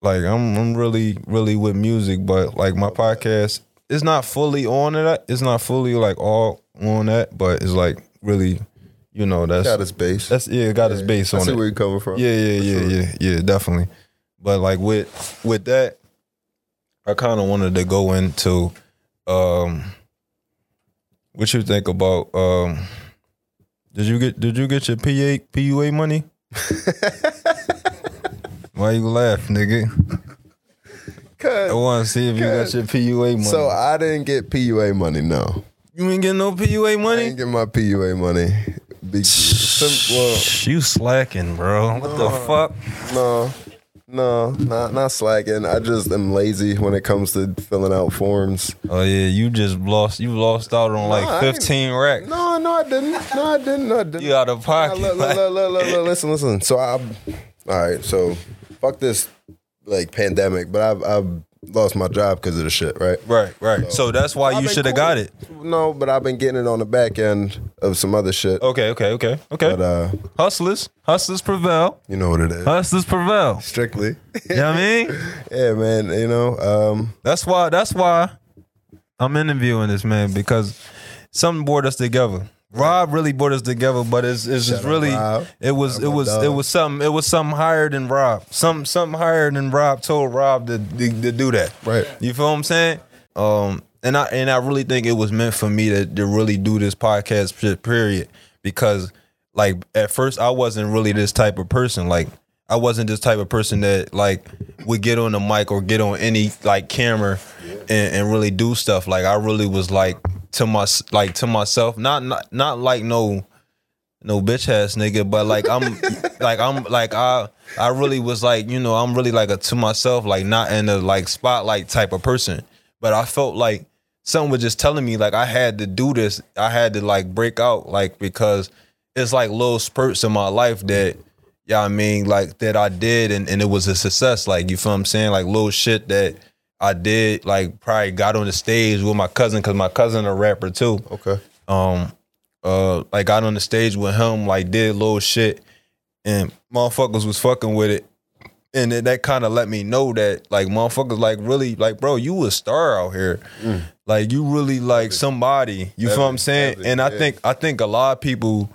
[SPEAKER 1] like I'm I'm really really with music, but like my podcast it's not fully on it. It's not fully like all on that, but it's like really, you know, that's
[SPEAKER 2] Got his base.
[SPEAKER 1] that's yeah, it got his base
[SPEAKER 2] I
[SPEAKER 1] on
[SPEAKER 2] see
[SPEAKER 1] it.
[SPEAKER 2] where you're coming from.
[SPEAKER 1] yeah, yeah, yeah, yeah, yeah, definitely. But like with with that, I kind of wanted to go into um, what you think about um, did you get did you get your PA, PUA money? Why you laugh, nigga? I
[SPEAKER 2] 'Cause-
[SPEAKER 1] want to see if you got
[SPEAKER 2] Cause-
[SPEAKER 1] your PUA money.
[SPEAKER 2] So I didn't get PUA money. No,
[SPEAKER 1] you ain't getting no PUA
[SPEAKER 2] I
[SPEAKER 1] money.
[SPEAKER 2] didn't get my PUA money. Be- some- well,
[SPEAKER 1] you slacking, bro. What the fuck?
[SPEAKER 2] no, no, not not slacking. I just am lazy when it comes to filling out forms.
[SPEAKER 1] Oh yeah, you just lost. You lost out on
[SPEAKER 2] I
[SPEAKER 1] like
[SPEAKER 2] ain't-
[SPEAKER 1] fifteen racks.
[SPEAKER 2] No, no, I didn't. No, I didn't. No, I didn't.
[SPEAKER 1] You out of
[SPEAKER 2] Nah,
[SPEAKER 1] pocket.
[SPEAKER 2] look, look, look, look, look, look, listen, listen. So I, all right. So fuck this, like pandemic. But I've I've lost my job because of the shit, right?
[SPEAKER 1] Right, right. So that's why
[SPEAKER 2] I've
[SPEAKER 1] you
[SPEAKER 2] been
[SPEAKER 1] should have
[SPEAKER 2] cool.
[SPEAKER 1] got it.
[SPEAKER 2] No, but I've been getting it on the back end of some other shit.
[SPEAKER 1] Okay, okay, okay, okay.
[SPEAKER 2] But uh,
[SPEAKER 1] hustlers, hustlers prevail.
[SPEAKER 2] you know what it is.
[SPEAKER 1] Hustlers prevail.
[SPEAKER 2] Strictly.
[SPEAKER 1] You know what I mean?
[SPEAKER 2] yeah, man. You know, um,
[SPEAKER 1] That's why. That's why I'm interviewing this man because something brought us together. Rob really brought us together, but it's it's just
[SPEAKER 2] out
[SPEAKER 1] really
[SPEAKER 2] Rob.
[SPEAKER 1] it was it
[SPEAKER 2] my
[SPEAKER 1] was
[SPEAKER 2] dog.
[SPEAKER 1] it was something it was something higher than Rob. Some something higher than Rob told Rob to, to, to do that.
[SPEAKER 2] Right.
[SPEAKER 1] You feel what I'm saying? Um, and I and I really think it was meant for me to to really do this podcast shit, period because like at first I wasn't really this type of person like. I wasn't this type of person that like would get on the mic or get on any like camera and, and really do stuff. Like I really was like to my like to myself, not not not like no no bitch ass nigga, but like I'm like I'm like I I really was like, you know, I'm really like a to myself, like not in a like spotlight type of person. But I felt like something was just telling me like I had to do this. I had to like break out like because it's like little spurts in my life that yeah, I mean, like that I did and, and it was a success. Like, you feel what I'm saying? Like little shit that I did, like probably got on the stage with my cousin, cause my cousin a rapper too
[SPEAKER 2] okay.
[SPEAKER 1] um uh like got on the stage with him, like did little shit and motherfuckers was fucking with it. And then that kind of let me know that like motherfuckers like really like bro, you a star out here.
[SPEAKER 2] Mm.
[SPEAKER 1] Like you really like somebody. You feel what I'm saying?
[SPEAKER 2] Heavy,
[SPEAKER 1] and I
[SPEAKER 2] yeah.
[SPEAKER 1] think I think a lot of people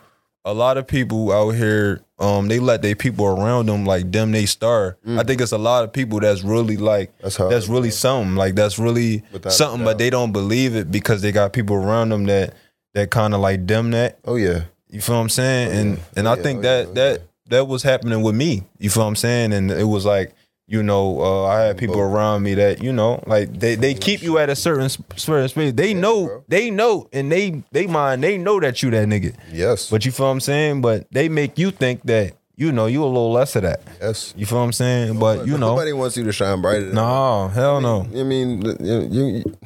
[SPEAKER 1] a lot of people out here, um, they let their people around them like them they star. I think it's a lot of people that's really like
[SPEAKER 2] Mm. That's
[SPEAKER 1] that's,
[SPEAKER 2] hard,
[SPEAKER 1] really something. Like that's really
[SPEAKER 2] Without a
[SPEAKER 1] something, but
[SPEAKER 2] doubt.
[SPEAKER 1] they don't believe it because they got people around them that that kind of like dim that.
[SPEAKER 2] Oh yeah.
[SPEAKER 1] You feel what I'm saying? And and I
[SPEAKER 2] yeah,
[SPEAKER 1] think
[SPEAKER 2] oh,
[SPEAKER 1] that
[SPEAKER 2] yeah,
[SPEAKER 1] that that was happening with me. You feel what I'm saying? And it was like you know uh, I had people around me that you know like they they keep you at a certain sp- certain space. They know
[SPEAKER 2] bro.
[SPEAKER 1] they know and they they mind they know that you that nigga.
[SPEAKER 2] Yes.
[SPEAKER 1] But you feel what I'm saying? But they make you think that you know you a little less of that.
[SPEAKER 2] yes.
[SPEAKER 1] You feel what I'm saying? But you know.
[SPEAKER 2] nobody wants you to shine brighter. than-
[SPEAKER 1] No, hell no.
[SPEAKER 2] I mean, you, you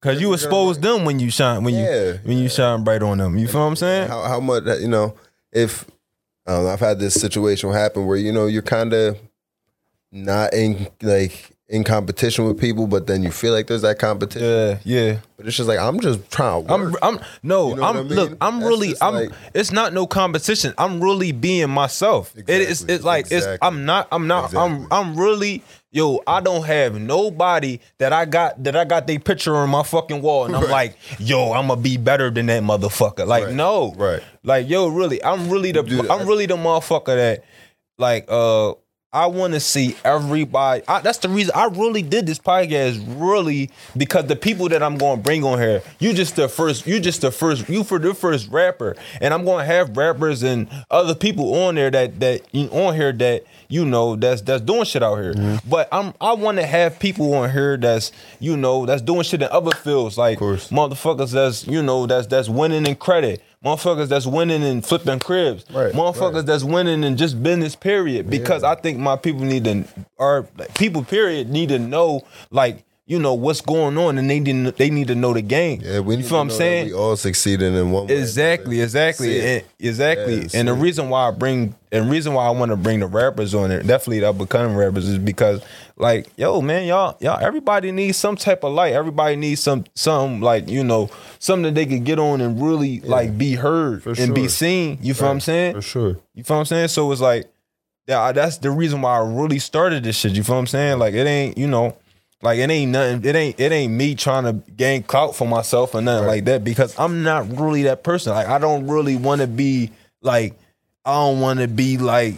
[SPEAKER 1] Cause you expose them when you shine when
[SPEAKER 2] Yeah.
[SPEAKER 1] you when you shine bright on them. You feel what I'm saying?
[SPEAKER 2] how how much you know if um, I don't know, I've had this situation happen where you know you're kind of not in like in competition with people, but then you feel like there's that competition.
[SPEAKER 1] Yeah, yeah.
[SPEAKER 2] But it's just like I'm just trying to work.
[SPEAKER 1] I'm, I'm no,
[SPEAKER 2] You know what
[SPEAKER 1] I'm
[SPEAKER 2] I mean?
[SPEAKER 1] look, I'm
[SPEAKER 2] That's
[SPEAKER 1] really,
[SPEAKER 2] just
[SPEAKER 1] I'm.
[SPEAKER 2] like-
[SPEAKER 1] it's not no competition. I'm really being myself. it is,
[SPEAKER 2] Exactly,
[SPEAKER 1] it's like it's.
[SPEAKER 2] exactly.
[SPEAKER 1] I'm not, I'm not,
[SPEAKER 2] Exactly.
[SPEAKER 1] I'm, I'm really. Yo, I don't have nobody that I got that I got their picture on my fucking wall, and I'm like, yo, I'm gonna be better than that motherfucker. Like,
[SPEAKER 2] Right,
[SPEAKER 1] no,
[SPEAKER 2] right.
[SPEAKER 1] Like, yo, really, I'm really the,
[SPEAKER 2] do that.
[SPEAKER 1] I'm really the motherfucker that, like, uh. I want to see everybody. I, that's the reason I really did this podcast, really, because the people that I'm going to bring on here, you just the first, you just the first, you for the first rapper, and I'm going to have rappers and other people on there that that you- on here that you know that's that's doing shit out here. But I'm I want to have people on here that's you know that's doing shit in other fields, like
[SPEAKER 2] course.
[SPEAKER 1] motherfuckers that's you know that's that's winning in credit. Motherfuckers that's winning and flipping cribs.
[SPEAKER 2] Right,
[SPEAKER 1] Motherfuckers
[SPEAKER 2] right.
[SPEAKER 1] that's winning and just business period because I think my people need to or like, people period need to know like you know what's going on and they need they need to know the game.
[SPEAKER 2] Yeah, we
[SPEAKER 1] you
[SPEAKER 2] need
[SPEAKER 1] feel
[SPEAKER 2] to
[SPEAKER 1] what I'm
[SPEAKER 2] know that
[SPEAKER 1] saying?
[SPEAKER 2] We all succeeding in one way.
[SPEAKER 1] Exactly, exactly,
[SPEAKER 2] See
[SPEAKER 1] and,
[SPEAKER 2] it.
[SPEAKER 1] exactly.
[SPEAKER 2] Yeah, see
[SPEAKER 1] and the
[SPEAKER 2] it.
[SPEAKER 1] reason why I bring and reason why I want to bring the rappers on it, definitely the becoming rappers, is because like, yo, man, y'all, y'all, everybody needs some type of light. Everybody needs some, some like you know, something that they could get on and really like be heard
[SPEAKER 2] For
[SPEAKER 1] and be
[SPEAKER 2] sure.
[SPEAKER 1] seen. You feel what I'm saying?
[SPEAKER 2] For sure.
[SPEAKER 1] You feel what I'm saying? So it's like, yeah, I- that's the reason why I really started this shit. You feel what I'm saying? Like it ain't, you know, like it ain't nothing. It ain't it ain't me trying to gain clout for myself or nothing like that because I'm not really that person. Like I don't really want to be like I don't want to be like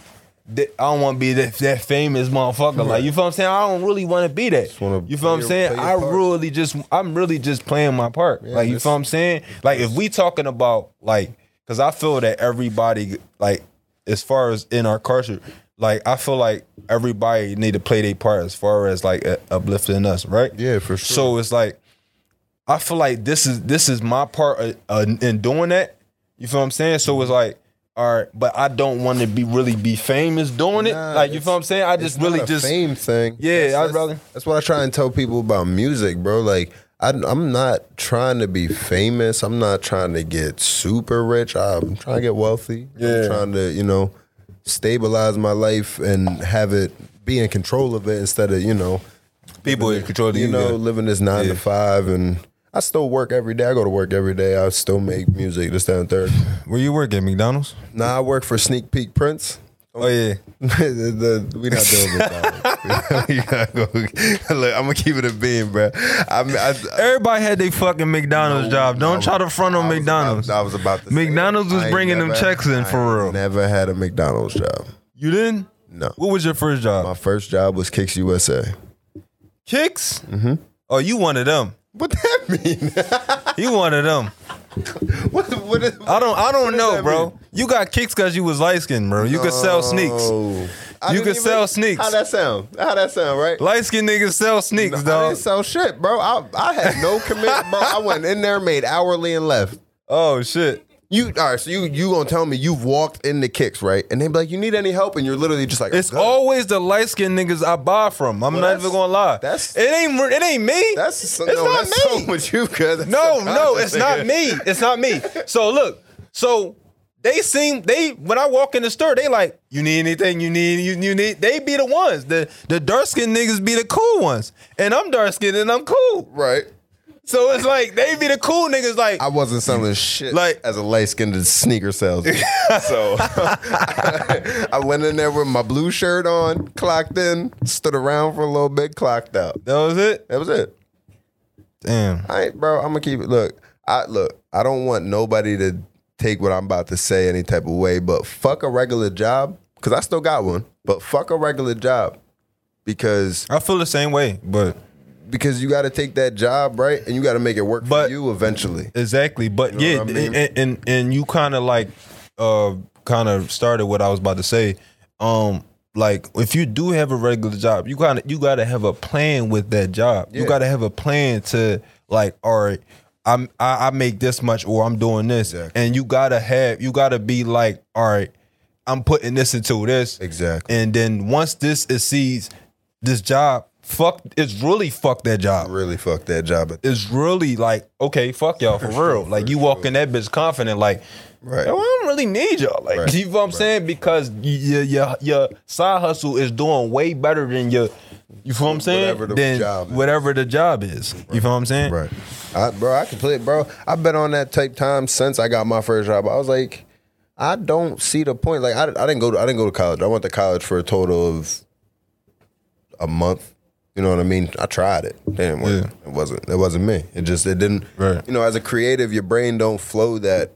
[SPEAKER 1] that, I don't want to be that, that famous motherfucker. Like you feel what I'm saying? I don't really want to be that.
[SPEAKER 2] wanna
[SPEAKER 1] You feel what I'm
[SPEAKER 2] play-
[SPEAKER 1] saying?
[SPEAKER 2] play your
[SPEAKER 1] I
[SPEAKER 2] part.
[SPEAKER 1] really just I'm really just playing my part. like you
[SPEAKER 2] that's-
[SPEAKER 1] feel what I'm saying? Like if we talking about like cuz I feel that everybody like as far as in our culture like I feel like everybody need to play their part as far as like uh, uplifting us, right?
[SPEAKER 2] Yeah, for sure.
[SPEAKER 1] So it's like I feel like this is this is my part uh, uh, in doing that. You feel what I'm saying? So it's like, all right, but I don't want to be really be famous doing it.
[SPEAKER 2] Nah,
[SPEAKER 1] like you
[SPEAKER 2] it's-
[SPEAKER 1] feel what I'm saying? I
[SPEAKER 2] It's
[SPEAKER 1] just really
[SPEAKER 2] not a
[SPEAKER 1] just
[SPEAKER 2] fame thing.
[SPEAKER 1] Yeah,
[SPEAKER 2] That's-
[SPEAKER 1] I'd
[SPEAKER 2] that's-
[SPEAKER 1] rather-
[SPEAKER 2] That's what I try and tell people about music, bro. Like, I, I'm not trying to be famous. I'm not trying to get super rich. I'm trying to get wealthy.
[SPEAKER 1] Yeah.
[SPEAKER 2] I'm trying to, you know, stabilize my life and have it be in control of it instead of, you know,
[SPEAKER 1] people in control. of
[SPEAKER 2] you know, living this nine
[SPEAKER 1] Yeah.
[SPEAKER 2] to five. And I still work every day. I go to work every day. I still make music. This, that, and third.
[SPEAKER 1] where you work at McDonald's?
[SPEAKER 2] Now I work for Sneak Peek Prince.
[SPEAKER 1] Oh yeah,
[SPEAKER 2] the, the, we not doing McDonald's. we not go, look, I'm gonna keep it a beam, bro. I mean, I, I,
[SPEAKER 1] everybody had their fucking McDonald's job. Don't try to front on
[SPEAKER 2] I was-
[SPEAKER 1] McDonald's.
[SPEAKER 2] I, was about to. say
[SPEAKER 1] McDonald's
[SPEAKER 2] it.
[SPEAKER 1] was
[SPEAKER 2] I ain't
[SPEAKER 1] bringing them checks in
[SPEAKER 2] I
[SPEAKER 1] for
[SPEAKER 2] ain't
[SPEAKER 1] real.
[SPEAKER 2] Never had a McDonald's job.
[SPEAKER 1] you didn't?
[SPEAKER 2] No.
[SPEAKER 1] What was your first job?
[SPEAKER 2] My first job was Kicks USA.
[SPEAKER 1] Kicks? Mm-hmm. Oh, you one of them.
[SPEAKER 2] What that mean?
[SPEAKER 1] You one of them.
[SPEAKER 2] what? What? Is,
[SPEAKER 1] I don't. I don't know,
[SPEAKER 2] that
[SPEAKER 1] bro. You got kicks because you was light skinned, bro. You could sell sneaks.
[SPEAKER 2] Oh. I
[SPEAKER 1] You could
[SPEAKER 2] didn't even-
[SPEAKER 1] sell sneaks.
[SPEAKER 2] How that sound? How that sound? Right?
[SPEAKER 1] Light skinned niggas sell sneaks,
[SPEAKER 2] I
[SPEAKER 1] dog.
[SPEAKER 2] didn't sell shit, bro. I, I had no commitment, bro. I went in there, made hourly, and left.
[SPEAKER 1] Oh shit.
[SPEAKER 2] You all right? So you you gonna tell me you've walked in the kicks, right? And they be like, you need any help? And you're literally just like,
[SPEAKER 1] It's
[SPEAKER 2] "I'm good."
[SPEAKER 1] always the light skinned niggas I buy from. I'm not
[SPEAKER 2] that's-
[SPEAKER 1] even gonna lie.
[SPEAKER 2] that's-
[SPEAKER 1] it ain't it ain't me.
[SPEAKER 2] That's so,
[SPEAKER 1] It's
[SPEAKER 2] no,
[SPEAKER 1] not
[SPEAKER 2] that's so
[SPEAKER 1] me.
[SPEAKER 2] much you cuz.
[SPEAKER 1] no, no, it's not me. It's not me. So look, so they seem they when I walk in the store, they like, you need anything, you need you, you need they be the ones. The the dark skinned niggas be the cool ones. And I'm dark skinned and I'm cool.
[SPEAKER 2] Right.
[SPEAKER 1] So it's like they be the cool niggas like
[SPEAKER 2] I wasn't selling shit
[SPEAKER 1] Like-
[SPEAKER 2] like as a light skinned sneaker salesman. so I went in there with my blue shirt on, clocked in, stood around for a little bit, clocked out.
[SPEAKER 1] that was it?
[SPEAKER 2] That was it.
[SPEAKER 1] Damn.
[SPEAKER 2] I ain't, bro. I'm gonna keep it. Look, I look. I don't want nobody to take what I'm about to say any type of way, but fuck a regular job because I still got one. But fuck a regular job because
[SPEAKER 1] I feel the same way, but
[SPEAKER 2] because you got to take that job right, and you got to make it work
[SPEAKER 1] But-
[SPEAKER 2] for you eventually.
[SPEAKER 1] Exactly, but
[SPEAKER 2] know
[SPEAKER 1] yeah,
[SPEAKER 2] what I mean?
[SPEAKER 1] and, and and you kind of like uh kind of started what I was about to say. Um, like if you do have a regular job, you gotta you gotta have a plan with that job. You
[SPEAKER 2] Yeah.
[SPEAKER 1] gotta have a plan to like, all right, I'm I, I make this much or I'm doing this,
[SPEAKER 2] Exactly.
[SPEAKER 1] and you gotta have you gotta be like, all right, I'm putting this into this,
[SPEAKER 2] Exactly.
[SPEAKER 1] and then once this exceeds this job, fuck, it's really fuck that job
[SPEAKER 2] really fuck that job.
[SPEAKER 1] is really like, okay, fuck y'all for real. Like you walk in that bitch confident, like,
[SPEAKER 2] Right.
[SPEAKER 1] yo, I don't really need y'all. Like,
[SPEAKER 2] Right.
[SPEAKER 1] you know what I'm saying? Because your your your side hustle is doing way better than your You feel what I'm saying?
[SPEAKER 2] Whatever the
[SPEAKER 1] then
[SPEAKER 2] job is.
[SPEAKER 1] whatever the job is. You feel what I'm saying?
[SPEAKER 2] Right. I, bro, I can play it, bro. I've been on that tape time since I got my first job. I was like, I don't see the point. Like, I, I didn't go to I didn't go to college. I went to college for a total of a month. You know what I mean? I tried it. It didn't work. It wasn't. It wasn't me. It just it didn't.
[SPEAKER 1] Right.
[SPEAKER 2] You know, as a creative, your brain don't flow that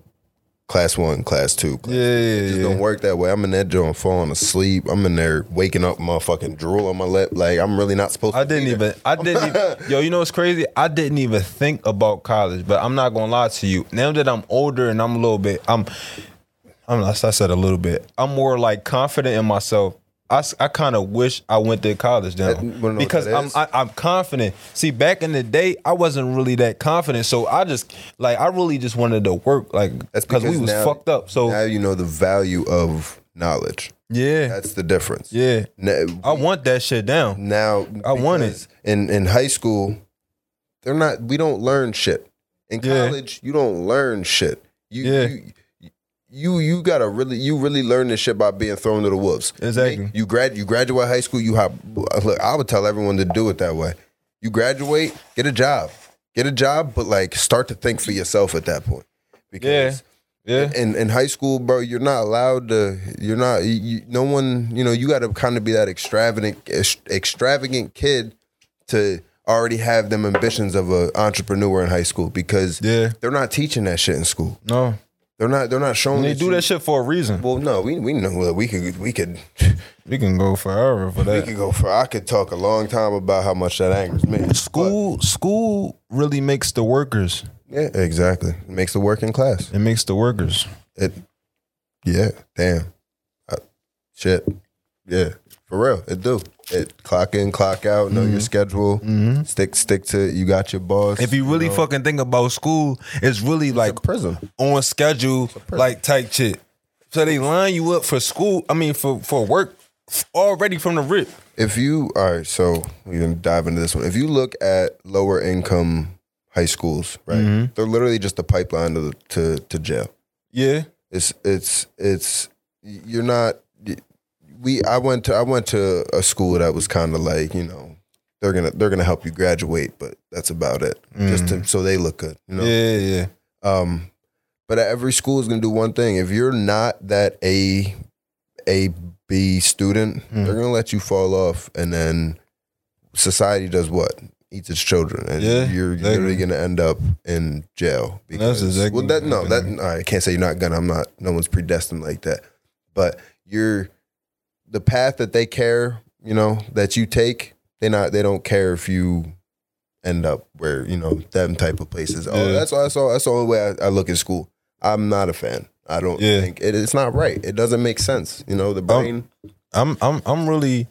[SPEAKER 2] class one, class two. Class
[SPEAKER 1] Yeah, yeah,
[SPEAKER 2] it just
[SPEAKER 1] yeah.
[SPEAKER 2] don't work that way. I'm in that joint falling asleep. I'm in there waking up, motherfucking drool on my lip. Like I'm really not supposed.
[SPEAKER 1] I
[SPEAKER 2] to be
[SPEAKER 1] didn't
[SPEAKER 2] there.
[SPEAKER 1] even. I didn't. even, yo, you know what's crazy? I didn't even think about college. But I'm not gonna lie to you. Now that I'm older and I'm a little bit, I'm. I'm. I said a little bit. I'm more like confident in myself. I, kind of wish I went to college now
[SPEAKER 2] That- you wanna know what
[SPEAKER 1] because
[SPEAKER 2] that
[SPEAKER 1] I'm
[SPEAKER 2] is?
[SPEAKER 1] I, I'm confident. See, back in the day, I wasn't really that confident, so I just like I really just wanted to work, like
[SPEAKER 2] That's
[SPEAKER 1] because we was
[SPEAKER 2] now-
[SPEAKER 1] fucked up. So
[SPEAKER 2] now you know the value of knowledge.
[SPEAKER 1] yeah,
[SPEAKER 2] That's the difference.
[SPEAKER 1] yeah,
[SPEAKER 2] Now,
[SPEAKER 1] I want that shit down.
[SPEAKER 2] now
[SPEAKER 1] I want it.
[SPEAKER 2] because in in high school. They're not. We don't learn shit. In
[SPEAKER 1] Yeah.
[SPEAKER 2] college, you don't learn shit. You,
[SPEAKER 1] Yeah.
[SPEAKER 2] you you you gotta really you really learn this shit by being thrown to the wolves.
[SPEAKER 1] Exactly.
[SPEAKER 2] You grad you graduate high school. You hop. Look, I would tell everyone to do it that way. You graduate, get a job, get a job, but like start to think for yourself at that point.
[SPEAKER 1] Yeah, yeah,
[SPEAKER 2] in, in high school, bro, you're not allowed to. You're not. You, you- no one. You know, you got to kind of be that extravagant, ex- extravagant kid to already have them ambitions of an entrepreneur in high school because
[SPEAKER 1] Yeah.
[SPEAKER 2] they're not teaching that shit in school.
[SPEAKER 1] no,
[SPEAKER 2] They're not. They're not showing.
[SPEAKER 1] and they
[SPEAKER 2] that
[SPEAKER 1] do
[SPEAKER 2] you-
[SPEAKER 1] that shit for a reason.
[SPEAKER 2] Well, no, we we know that we could we could
[SPEAKER 1] We can go forever for
[SPEAKER 2] we
[SPEAKER 1] that.
[SPEAKER 2] could go for. I could talk a long time about how much that angers me.
[SPEAKER 1] School, school really makes the workers.
[SPEAKER 2] Yeah, exactly. It makes the working class.
[SPEAKER 1] It makes the workers.
[SPEAKER 2] It, yeah, damn, I, shit, yeah, for real, it do. It clock in, clock out, know your schedule, stick stick to it. You got your boss.
[SPEAKER 1] Mm-hmm. If you really
[SPEAKER 2] know,
[SPEAKER 1] fucking think about school, it's really like
[SPEAKER 2] prison,
[SPEAKER 1] on schedule, like type shit. So they line you up for school. I mean, for for work already from the rip.
[SPEAKER 2] if you all right, so we can dive into this one. If you look at lower income high schools, right,
[SPEAKER 1] Mm-hmm.
[SPEAKER 2] they're literally just a pipeline to the, to to jail.
[SPEAKER 1] Yeah,
[SPEAKER 2] It's it's it's you're not. We I went to I went to a school that was kind of like you know they're gonna they're gonna help you graduate, but that's about it.
[SPEAKER 1] Mm.
[SPEAKER 2] Just to, so they look good, you know.
[SPEAKER 1] yeah, yeah.
[SPEAKER 2] Um, but every school is gonna do one thing. If you're not that A A B student,
[SPEAKER 1] Mm-hmm.
[SPEAKER 2] they're gonna let you fall off, and then society does what eats its children, and
[SPEAKER 1] Yeah,
[SPEAKER 2] you're
[SPEAKER 1] exactly.
[SPEAKER 2] literally gonna end up in jail.
[SPEAKER 1] exactly
[SPEAKER 2] well, that no,
[SPEAKER 1] what
[SPEAKER 2] that
[SPEAKER 1] happened.
[SPEAKER 2] I can't say you're not gonna. I'm not. No one's predestined like that, but you're the path that they care. You know that you take. They not. They don't care if you end up where you know them type of places. Oh,
[SPEAKER 1] Yeah.
[SPEAKER 2] that's that's all. That's the only way I, I look at school. I'm not a fan. I don't
[SPEAKER 1] Yeah. Oh.
[SPEAKER 2] think it, it's not right. It doesn't make sense. You know the brain.
[SPEAKER 1] I'm I'm I'm really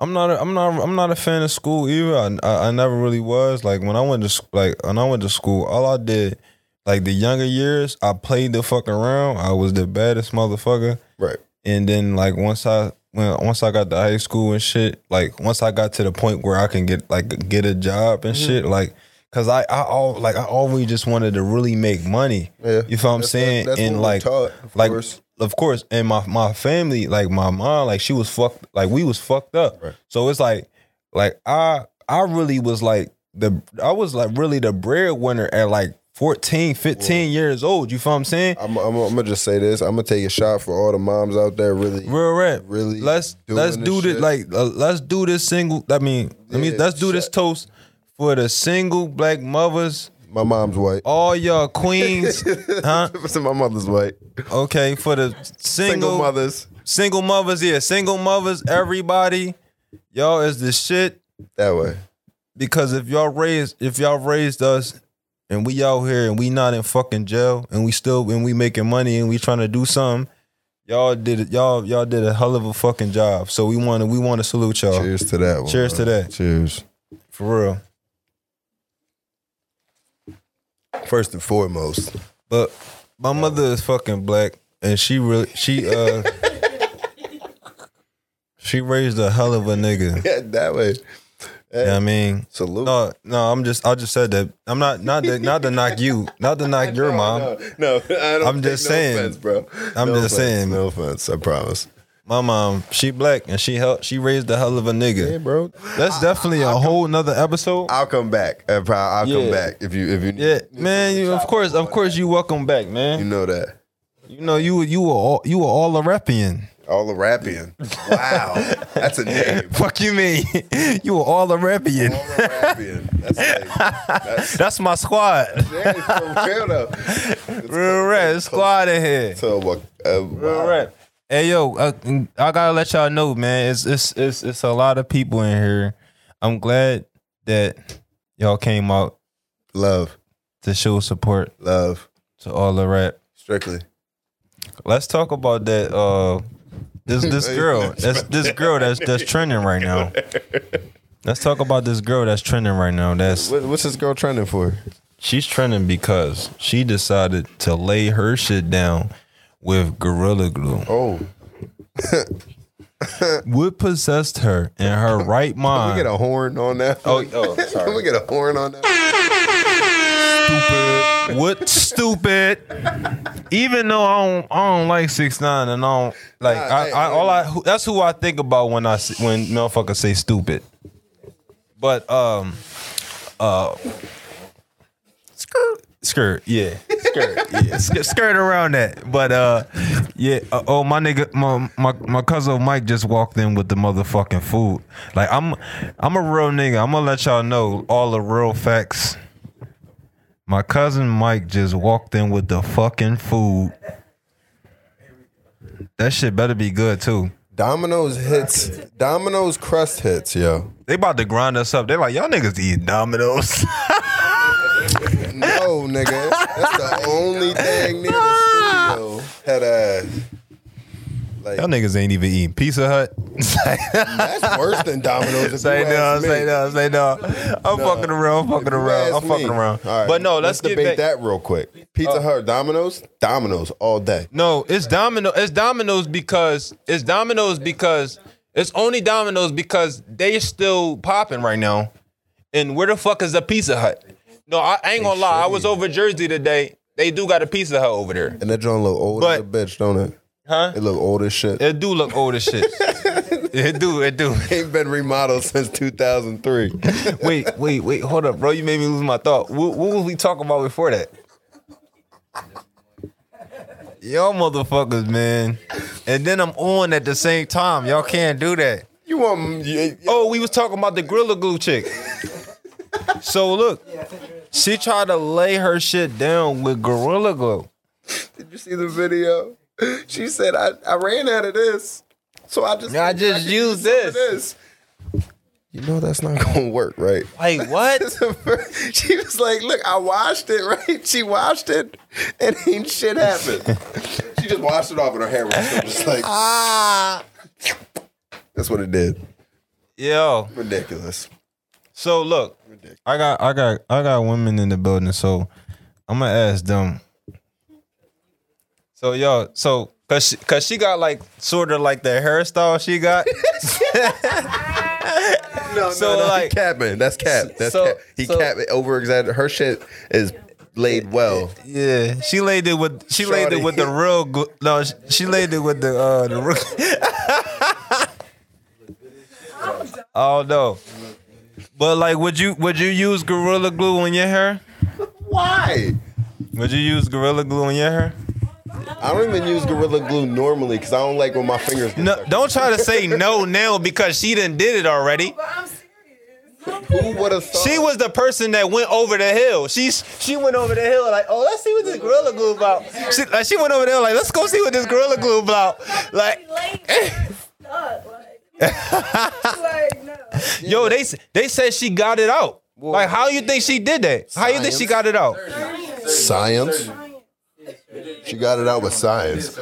[SPEAKER 1] I'm not a, I'm not I'm not a fan of school either. I, I I never really was. Like when I went to sc- like when I went to school, all I did like the younger years, I played the fuck around. I was the baddest motherfucker.
[SPEAKER 2] right.
[SPEAKER 1] And then like once I when once I got to high school and shit, like once I got to the point where I can get like get a job
[SPEAKER 2] Mm-hmm.
[SPEAKER 1] and shit, like cause I I all like I always just wanted to really make money.
[SPEAKER 2] Yeah.
[SPEAKER 1] You feel what I'm
[SPEAKER 2] That's-
[SPEAKER 1] saying?
[SPEAKER 2] that's what
[SPEAKER 1] and
[SPEAKER 2] we're
[SPEAKER 1] like
[SPEAKER 2] taught, of
[SPEAKER 1] like
[SPEAKER 2] course.
[SPEAKER 1] of course. And my my family, like my mom, like she was fucked like we was fucked up.
[SPEAKER 2] Right.
[SPEAKER 1] So it's like like I I really was like the I was like really the breadwinner at like 14, 15 years old. You feel what I'm saying?
[SPEAKER 2] I'm, I'm, I'm gonna just say this. I'm gonna take a shot for all the moms out there. Really,
[SPEAKER 1] Real rap.
[SPEAKER 2] really
[SPEAKER 1] Let's
[SPEAKER 2] doing
[SPEAKER 1] let's
[SPEAKER 2] this
[SPEAKER 1] do this.
[SPEAKER 2] shit.
[SPEAKER 1] Like uh, let's do this single. I mean, let me
[SPEAKER 2] Yeah,
[SPEAKER 1] let's do this
[SPEAKER 2] shut-
[SPEAKER 1] toast for the single black mothers,
[SPEAKER 2] my mom's white.
[SPEAKER 1] all y'all queens, huh?
[SPEAKER 2] so my mother's white.
[SPEAKER 1] Okay, for the single
[SPEAKER 2] Single mothers.
[SPEAKER 1] single mothers. Yeah, single mothers. Everybody, y'all is the shit
[SPEAKER 2] That way.
[SPEAKER 1] because if y'all raised if y'all raised us. And we out here and we not in fucking jail and we still and we making money and we trying to do something. Y'all did it. Y'all y'all did a hell of a fucking job. So we want to we want to salute y'all.
[SPEAKER 2] Cheers to that one.
[SPEAKER 1] Oh. Cheers to that.
[SPEAKER 2] Cheers.
[SPEAKER 1] For real.
[SPEAKER 2] First and foremost.
[SPEAKER 1] But my mother is fucking black, and she really she uh she raised a hell of a nigga.
[SPEAKER 2] Yeah, that way.
[SPEAKER 1] You know what I mean,
[SPEAKER 2] Salute.
[SPEAKER 1] no, no, I'm just I just said that. I'm not not to, not to knock you, not to knock your mom.
[SPEAKER 2] No, no, I don't
[SPEAKER 1] I'm just
[SPEAKER 2] take no
[SPEAKER 1] saying.
[SPEAKER 2] offense, bro.
[SPEAKER 1] I'm
[SPEAKER 2] No
[SPEAKER 1] just
[SPEAKER 2] offense,
[SPEAKER 1] saying.
[SPEAKER 2] No offense. I promise.
[SPEAKER 1] my mom, she black and she helped. She raised a hell of a nigga.
[SPEAKER 2] Yeah, bro.
[SPEAKER 1] That's definitely a whole nother episode.
[SPEAKER 2] I'll come back. Uh, pro- I'll come
[SPEAKER 1] Yeah.
[SPEAKER 2] back if you if you
[SPEAKER 1] yeah, man. You, of course, of course, you welcome back,
[SPEAKER 2] you
[SPEAKER 1] man.
[SPEAKER 2] know that.
[SPEAKER 1] You know you were- you were all, you were all a repian.
[SPEAKER 2] All the rapping. Wow, that's a name.
[SPEAKER 1] Fuck you, mean you were all a repian.
[SPEAKER 2] All the rapping. That's like that's
[SPEAKER 1] That's my squad.
[SPEAKER 2] that is for real though.
[SPEAKER 1] Real rap squad in here.
[SPEAKER 2] So uh, uh,
[SPEAKER 1] Real rap. Hey yo, I, I gotta let y'all know, man. It's it's it's it's a lot of people in here. I'm glad that y'all came out
[SPEAKER 2] love,
[SPEAKER 1] to show support
[SPEAKER 2] love,
[SPEAKER 1] to all the rap.
[SPEAKER 2] strictly.
[SPEAKER 1] Let's talk about that. Uh, this this girl. That's this girl that's that's trending right now. Let's talk about this girl that's trending right now. That's
[SPEAKER 2] What, what's this girl trending for?
[SPEAKER 1] she's trending because she decided to lay her shit down with gorilla glue.
[SPEAKER 2] Oh,
[SPEAKER 1] What possessed her in her right
[SPEAKER 2] can we get
[SPEAKER 1] mind?
[SPEAKER 2] a horn on that.
[SPEAKER 1] Oh, oh,
[SPEAKER 2] Can we
[SPEAKER 1] sorry.
[SPEAKER 2] get a horn on that?
[SPEAKER 1] What stupid? Even though I don't, I don't like six nine, and I don't like
[SPEAKER 2] Nah,
[SPEAKER 1] I,
[SPEAKER 2] hey,
[SPEAKER 1] I, all I. who- That's who I think about when I s- when motherfuckers say stupid. But um, skirt, skirt, yeah, skirt, yeah, skirt, skirt around that. But uh, yeah. Uh, oh, my nigga, my, my my cousin Mike just walked in with the motherfucking food. Like I'm, I'm a real nigga. I'm gonna let y'all know all the real facts. My cousin Mike just walked in with the fucking food. That shit better be good too.
[SPEAKER 2] Domino's hits. Domino's crust hits, yo.
[SPEAKER 1] They about to grind us up. They like y'all niggas eat Domino's.
[SPEAKER 2] No, nigga. That's the only thing near the studio had ass.
[SPEAKER 1] y'all niggas ain't even eating Pizza Hut.
[SPEAKER 2] That's worse than Domino's. If
[SPEAKER 1] Say
[SPEAKER 2] you
[SPEAKER 1] no,
[SPEAKER 2] ask me.
[SPEAKER 1] say no, say no. I'm fucking around. I'm fucking
[SPEAKER 2] If you
[SPEAKER 1] around. I'm
[SPEAKER 2] ask
[SPEAKER 1] fucking
[SPEAKER 2] me.
[SPEAKER 1] around.
[SPEAKER 2] All right,
[SPEAKER 1] But no, let's, get
[SPEAKER 2] debate
[SPEAKER 1] back. Oh.
[SPEAKER 2] that real quick. Pizza Hut, Domino's, Domino's all day.
[SPEAKER 1] No, it's domino. It's dominoes because it's dominoes because it's only dominoes because they still popping right now. And where the fuck is the Pizza Hut? No, I I ain't gonna lie. I was over Jersey today. They do got a Pizza Hut over there,
[SPEAKER 2] And that joint look old as a
[SPEAKER 1] But-
[SPEAKER 2] bitch, don't it?
[SPEAKER 1] huh?
[SPEAKER 2] It look old as shit.
[SPEAKER 1] It do look old as shit. it do. It do.
[SPEAKER 2] ain't been remodeled since 2003.
[SPEAKER 1] Wait, wait, wait. Hold up, bro. You made me lose my thought. What, what was we talking about before that? Y'all motherfuckers, man. And then I'm on at the same time. Y'all can't do that.
[SPEAKER 2] you want? You,
[SPEAKER 1] Oh, we was talking about the Gorilla Glue chick. so look, she tried to lay her shit down with Gorilla Glue.
[SPEAKER 2] Did you see the video? She said, "I, I ran out of this, so I just
[SPEAKER 1] I just used this.
[SPEAKER 2] this."
[SPEAKER 1] Oh.
[SPEAKER 2] You know that's not gonna work, right?
[SPEAKER 1] Like what?
[SPEAKER 2] she was like, "Look, I washed it, right? She washed it, and ain't shit happened. she just washed it off, and her hair was still just like
[SPEAKER 1] Ah.
[SPEAKER 2] that's what it did.
[SPEAKER 1] Yo.
[SPEAKER 2] Ridiculous.
[SPEAKER 1] So look, I got I got I got women in the building, so I'm gonna ask them. So yo, so cause she, cause she got like sort of like the hairstyle she got.
[SPEAKER 2] No,
[SPEAKER 1] So,
[SPEAKER 2] no, no,
[SPEAKER 1] like-
[SPEAKER 2] he capping. That's cap. That's
[SPEAKER 1] So-
[SPEAKER 2] cap. He
[SPEAKER 1] so-
[SPEAKER 2] cap over exaggerated. Her shit is laid well.
[SPEAKER 1] Yeah, she laid it with she laid it
[SPEAKER 2] Shorty.
[SPEAKER 1] with the real gl- no, she, she laid it with the uh the real. oh no, but like, would you would you use gorilla glue on your hair?
[SPEAKER 2] Why?
[SPEAKER 1] Would you use gorilla glue on your hair?
[SPEAKER 2] I don't even use gorilla glue normally because I don't like when my fingers. Get
[SPEAKER 1] No,
[SPEAKER 2] stuck.
[SPEAKER 1] don't try to say no now because she didn't did it already.
[SPEAKER 2] Who would have thought?
[SPEAKER 1] She was the person that went over the hill. She's she went over the hill like, oh, let's see what this gorilla glue about. She, like she went over there like, let's go see what this gorilla glue about. Like. Yo, they s- they said she got it out. like, how you think she did that? How you think she
[SPEAKER 2] Science.
[SPEAKER 1] got it out?
[SPEAKER 2] science. She got it out with science.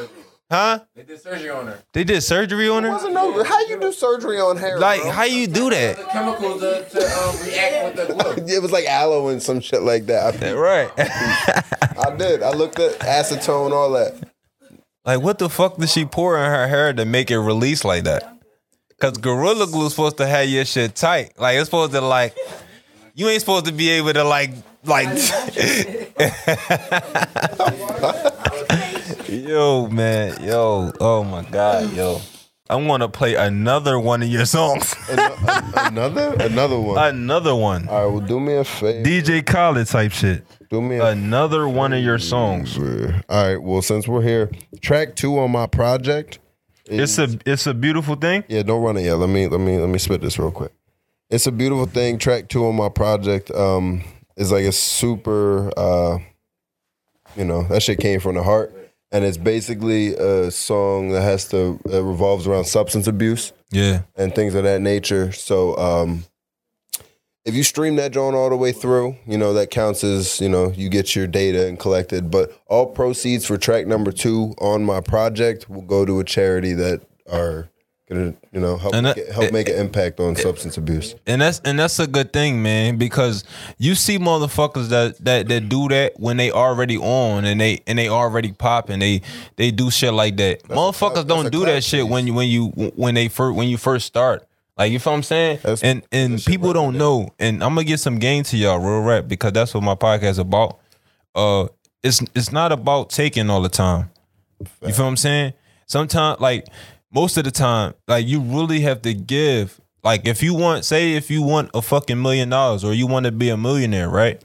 [SPEAKER 1] Huh?
[SPEAKER 5] They did surgery on her.
[SPEAKER 1] They did surgery on her.
[SPEAKER 2] No, how you do surgery on hair?
[SPEAKER 1] Like,
[SPEAKER 2] bro?
[SPEAKER 1] how you do
[SPEAKER 5] The
[SPEAKER 1] that?
[SPEAKER 5] chemicals to, to um, react with the glue.
[SPEAKER 2] it was like aloe and some shit like that. I,
[SPEAKER 1] Right.
[SPEAKER 2] I did. I looked at acetone, all that.
[SPEAKER 1] like, what the fuck did she pour in her hair to make it release like that? Cause gorilla glue's supposed to have your shit tight. Like, it's supposed to like, you ain't supposed to be able to like like. yo, man, yo, oh my god, yo. I'm gonna play another one of your songs.
[SPEAKER 2] An- another, another one.
[SPEAKER 1] another one.
[SPEAKER 2] All right, well, do me a favor.
[SPEAKER 1] DJ Khaled type shit.
[SPEAKER 2] Do me a
[SPEAKER 1] Another one of your songs.
[SPEAKER 2] favor. All right, well, since we're here, track two on my project.
[SPEAKER 1] It's a it's a beautiful thing.
[SPEAKER 2] Yeah, don't run it yet. Let me let me let me spit this real quick. It's a beautiful thing. Track two on my project um is like a super uh you know, that shit came from the heart. And it's basically a song that has to that revolves around substance abuse
[SPEAKER 1] Yeah.
[SPEAKER 2] and things of that nature. So um if you stream that drone all the way through, you know, that counts as, you know, you get your data and collected. But all proceeds for track number two on my project will go to a charity that are gonna, you know, help
[SPEAKER 1] And that-
[SPEAKER 2] get- help make an impact on substance abuse.
[SPEAKER 1] And that's and that's a good thing, man, because you see motherfuckers that that that do that when they already on and they and they already popping. They they do shit like that.
[SPEAKER 2] that's
[SPEAKER 1] motherfuckers
[SPEAKER 2] a
[SPEAKER 1] don't do
[SPEAKER 2] clap
[SPEAKER 1] that shit when you when you when they first when you first start. Like you feel what I'm saying?
[SPEAKER 2] That's-
[SPEAKER 1] and and people don't know. And I'm gonna get some game to y'all real rap because that's what my podcast is about. Uh it's it's not about taking all the time. You feel what I'm saying? Sometimes, like most of the time, like you really have to give. Like if you want, say, if you want a fucking million dollars or you want to be a millionaire, right?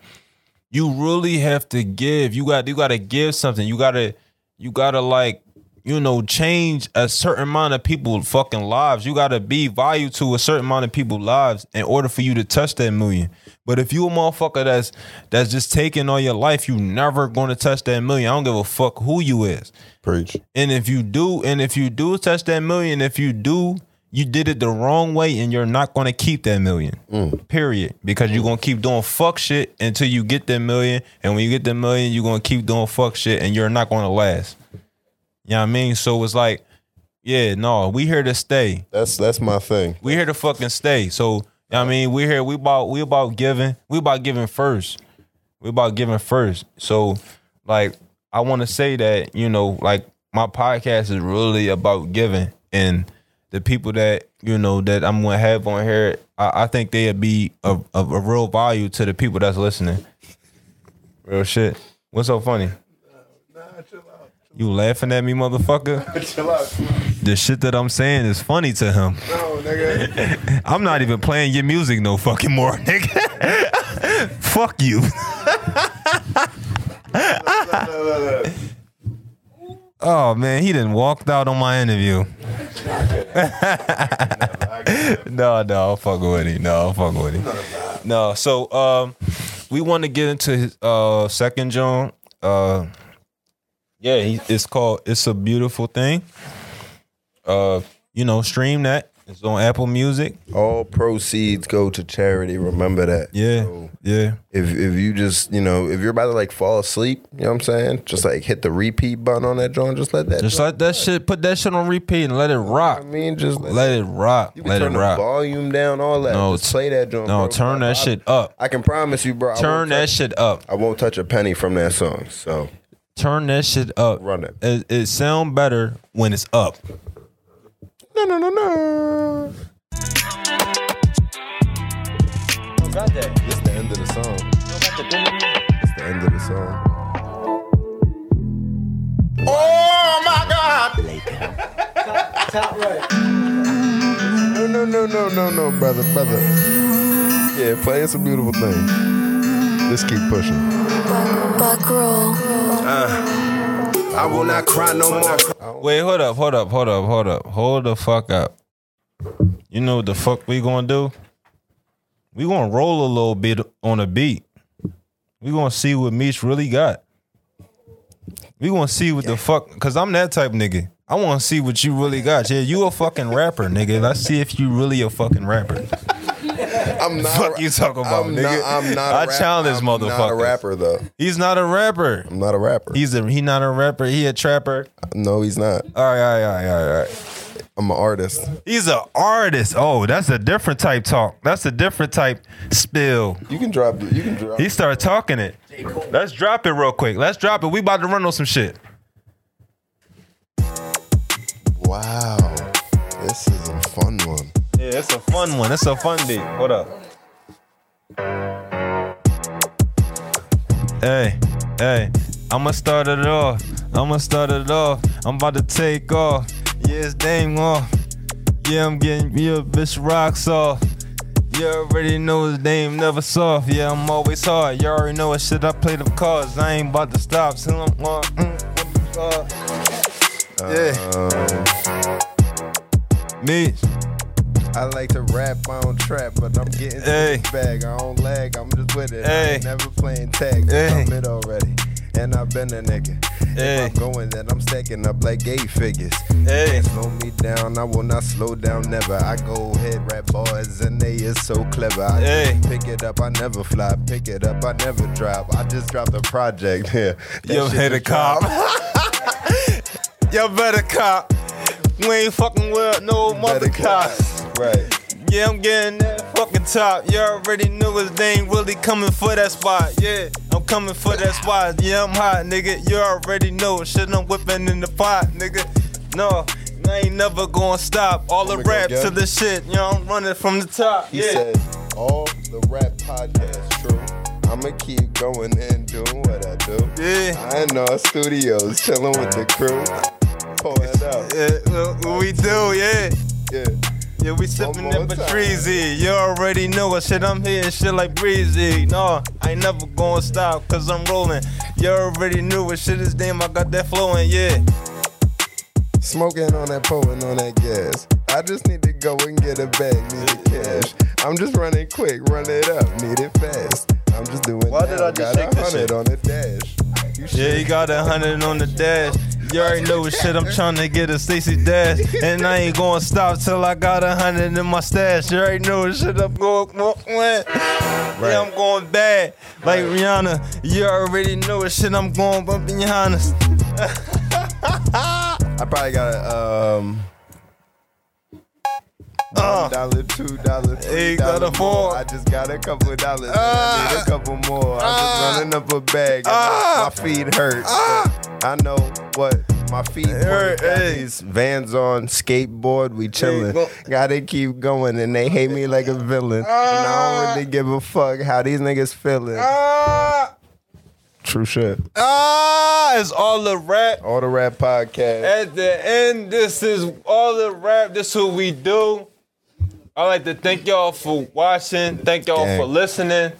[SPEAKER 1] You really have to give. You got you got to give something. You gotta you gotta like you know change a certain amount of people fucking lives. You gotta be value to a certain amount of people lives in order for you to touch that million. But if you a motherfucker that's that's just taking all your life, you never gonna touch that million. I don't give a fuck who you is.
[SPEAKER 2] Preach.
[SPEAKER 1] And if you do, and if you do touch that million, if you do, you did it the wrong way and you're not gonna keep that million. Period. Because you're gonna keep doing fuck shit until you get that million. And when you get that million, you're gonna keep doing fuck shit and you're not gonna last. You know what I mean? So it's like, yeah, no, we here to stay.
[SPEAKER 2] That's that's my thing.
[SPEAKER 1] We here to fucking stay. So you know what I mean, we here, we about we about giving, we about giving first. We about giving first. So like I wanna say that, you know, like my podcast is really about giving and the people that, you know, that I'm gonna have on here, I, I think they'll be of, of a real value to the people that's listening. Real shit. What's so funny? You laughing at me, motherfucker?
[SPEAKER 2] Chill out.
[SPEAKER 1] The shit that I'm saying is funny to him.
[SPEAKER 2] No, nigga.
[SPEAKER 1] I'm not even playing your music no fucking more, nigga. Fuck you. oh man, he didn't walked out on my interview. no, no, I'll fuck with him. No, I'll fuck with him. No, so um, we want to get into his uh, second John. Uh, yeah, he, it's called "It's a Beautiful Thing." Uh, you know, stream that. It's on Apple Music.
[SPEAKER 2] All proceeds go to charity. Remember that.
[SPEAKER 1] Yeah,
[SPEAKER 2] So
[SPEAKER 1] yeah,
[SPEAKER 2] if if you just you know if you're about to like fall asleep, you know what I'm saying? Just like hit the repeat button on that joint. Just let that.
[SPEAKER 1] Just
[SPEAKER 2] joint-
[SPEAKER 1] let that shit. Put that shit on repeat and let it rock.
[SPEAKER 2] I mean, just let,
[SPEAKER 1] Let it rock.
[SPEAKER 2] you can
[SPEAKER 1] Let it
[SPEAKER 2] turn the
[SPEAKER 1] rock.
[SPEAKER 2] volume down. All that.
[SPEAKER 1] No,
[SPEAKER 2] just play that joint.
[SPEAKER 1] No,
[SPEAKER 2] bro.
[SPEAKER 1] turn
[SPEAKER 2] I-
[SPEAKER 1] that shit up.
[SPEAKER 2] I can promise you, bro. I
[SPEAKER 1] Turn
[SPEAKER 2] won't
[SPEAKER 1] that
[SPEAKER 2] touch-
[SPEAKER 1] shit up.
[SPEAKER 2] I won't touch a penny from that song. So
[SPEAKER 1] Turn that shit up.
[SPEAKER 2] Run it.
[SPEAKER 1] It, it sound better when it's up.
[SPEAKER 2] no, no, no,
[SPEAKER 4] Oh,
[SPEAKER 2] no. This the end of the song. It's the end of the song.
[SPEAKER 4] Oh, Top right.
[SPEAKER 2] No, no, no, no, no, no, brother, brother. Yeah, play. It's a beautiful thing. Just keep pushing.
[SPEAKER 6] Buck roll.
[SPEAKER 2] I will not cry no more.
[SPEAKER 1] Wait, hold up, hold up, hold up, hold up, hold the fuck up. You know what the fuck we gonna do? We gonna roll a little bit on a beat. We gonna see what Meech really got. We gonna see what the fuck, cause I'm that type nigga. I wanna see what you really got. Yeah, you a fucking rapper, nigga. Let's see if you really a fucking rapper.
[SPEAKER 2] I'm not.
[SPEAKER 1] Fuck you talking about,
[SPEAKER 2] I'm
[SPEAKER 1] nigga.
[SPEAKER 2] Not, I'm not. a
[SPEAKER 1] I
[SPEAKER 2] rap-
[SPEAKER 1] challenge this
[SPEAKER 2] I'm Not a
[SPEAKER 1] motherfucker.
[SPEAKER 2] rapper though.
[SPEAKER 1] He's not a rapper.
[SPEAKER 2] I'm not a rapper.
[SPEAKER 1] He's a he not a rapper. He a trapper.
[SPEAKER 2] no, he's not.
[SPEAKER 1] All right, all right, all right, all right.
[SPEAKER 2] I'm an artist.
[SPEAKER 1] He's an artist. Oh, that's a different type talk. That's a different type spill.
[SPEAKER 2] You can drop. You can drop.
[SPEAKER 1] He started talking it. Let's drop it real quick. Let's drop it. We about to run on some shit.
[SPEAKER 2] wow, this is a fun one.
[SPEAKER 1] Yeah, it's a fun one. It's a fun beat. Hold up. Hey, hey, I'ma start it off. I'ma start it off. I'm about to take off. Yeah, it's dang off. Yeah, I'm getting me a bitch rocks off. You already know his name, never soft. Yeah, I'm always hard. You already know what shit I play the cards. I ain't about to stop till I'm on. Mm, what the fuck? yeah, me.
[SPEAKER 2] I like to rap, I don't trap, but I'm getting to
[SPEAKER 1] Hey.
[SPEAKER 2] this bag. I don't lag, I'm just with it. I
[SPEAKER 1] Hey.
[SPEAKER 2] ain't never playing tag, but
[SPEAKER 1] Hey.
[SPEAKER 2] I'm it already. And I've been a nigga.
[SPEAKER 1] Hey.
[SPEAKER 2] If I'm going, then I'm stacking up like eight figures.
[SPEAKER 1] Hey.
[SPEAKER 2] Slow me down, I will not slow down, never. I go head rap boys, and they is so clever. I
[SPEAKER 1] Hey.
[SPEAKER 2] just pick it up, I never fly. Pick it up, I never drop. I just dropped a project. Yeah. That
[SPEAKER 1] Yo,
[SPEAKER 2] shit
[SPEAKER 1] hit a
[SPEAKER 2] just dropped.
[SPEAKER 1] cop. Yo, better cop. We ain't fucking with no mother
[SPEAKER 2] Better
[SPEAKER 1] cops.
[SPEAKER 2] cop. Right.
[SPEAKER 1] Yeah, I'm getting that fucking top. You already knew his name really coming for that spot. Yeah, I'm coming for that spot. Yeah, I'm hot, nigga. You already know it. shit I'm whipping in the pot, nigga. No, I ain't never gonna stop. All the
[SPEAKER 2] I'ma go
[SPEAKER 1] rap
[SPEAKER 2] again.
[SPEAKER 1] to the shit. You know, I'm running from the top.
[SPEAKER 2] He
[SPEAKER 1] yeah.
[SPEAKER 2] said, all the rap podcasts true. I'ma keep going and doing what I do.
[SPEAKER 1] yeah.
[SPEAKER 2] I in our studios, chilling with the crew. Pour it out.
[SPEAKER 1] Yeah, what- what we do, yeah.
[SPEAKER 2] Yeah.
[SPEAKER 1] Yeah, we sipping
[SPEAKER 2] more
[SPEAKER 1] that
[SPEAKER 2] time.
[SPEAKER 1] Patrizi. You already know it. Shit, I'm here. Shit like breezy. No, I ain't never gonna stop, cause I'm rolling. You already knew it. Shit is damn, I got that flowing, yeah.
[SPEAKER 2] Smoking on that pole and on that gas. I just need to go and get a bag, need the cash. I'm just running quick, run it up, need it fast. I'm just doing
[SPEAKER 1] Why did
[SPEAKER 2] now,
[SPEAKER 1] I just
[SPEAKER 2] got
[SPEAKER 1] shake this shit?
[SPEAKER 2] a hundred on the dash. You
[SPEAKER 1] Yeah,
[SPEAKER 2] should-
[SPEAKER 1] he got a hundred on the dash. You already know what shit I'm tryna get a Stacy dash, and I ain't gonna stop till I got a hundred in my stash. You already know what shit I'm going. Right. Yeah, I'm going bad, like Rihanna. You already know what shit I'm going. But be honest,
[SPEAKER 2] I probably got a um
[SPEAKER 1] Uh.
[SPEAKER 2] one dollar, two dollar, three
[SPEAKER 1] Hey, got
[SPEAKER 2] dollar
[SPEAKER 1] a
[SPEAKER 2] more.
[SPEAKER 1] four.
[SPEAKER 2] I just got a couple of dollars. and
[SPEAKER 1] Ah.
[SPEAKER 2] I need a couple more. I'm
[SPEAKER 1] Ah.
[SPEAKER 2] just running up a bag. And
[SPEAKER 1] Ah.
[SPEAKER 2] my, my feet hurt. but I know what my feet hurt.
[SPEAKER 1] Uh. hurt,
[SPEAKER 2] Got
[SPEAKER 1] hey.
[SPEAKER 2] these Vans on, skateboard, we chilling.
[SPEAKER 1] go-
[SPEAKER 2] Gotta keep going, and they hate me like a villain. And I
[SPEAKER 1] Uh.
[SPEAKER 2] don't really give a fuck how these niggas feeling.
[SPEAKER 1] ah,
[SPEAKER 2] True shit.
[SPEAKER 1] ah, it's all a rap.
[SPEAKER 2] All the rap podcast.
[SPEAKER 1] At the end, this is all the rap. This is what we do. I like to thank y'all for watching. Thank y'all
[SPEAKER 2] Gang.
[SPEAKER 1] for listening.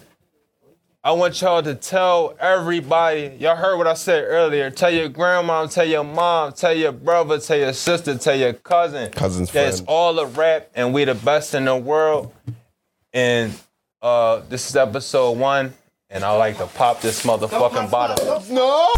[SPEAKER 1] I want y'all to tell everybody. Y'all heard what I said earlier. Tell your grandma, tell your mom, tell your brother, tell your sister, tell your cousin.
[SPEAKER 2] Cousin's
[SPEAKER 1] that it's
[SPEAKER 2] friend.
[SPEAKER 1] all a rap, and we the best in the world. And uh, this is episode one, and I like to pop this motherfucking bottle.
[SPEAKER 2] No.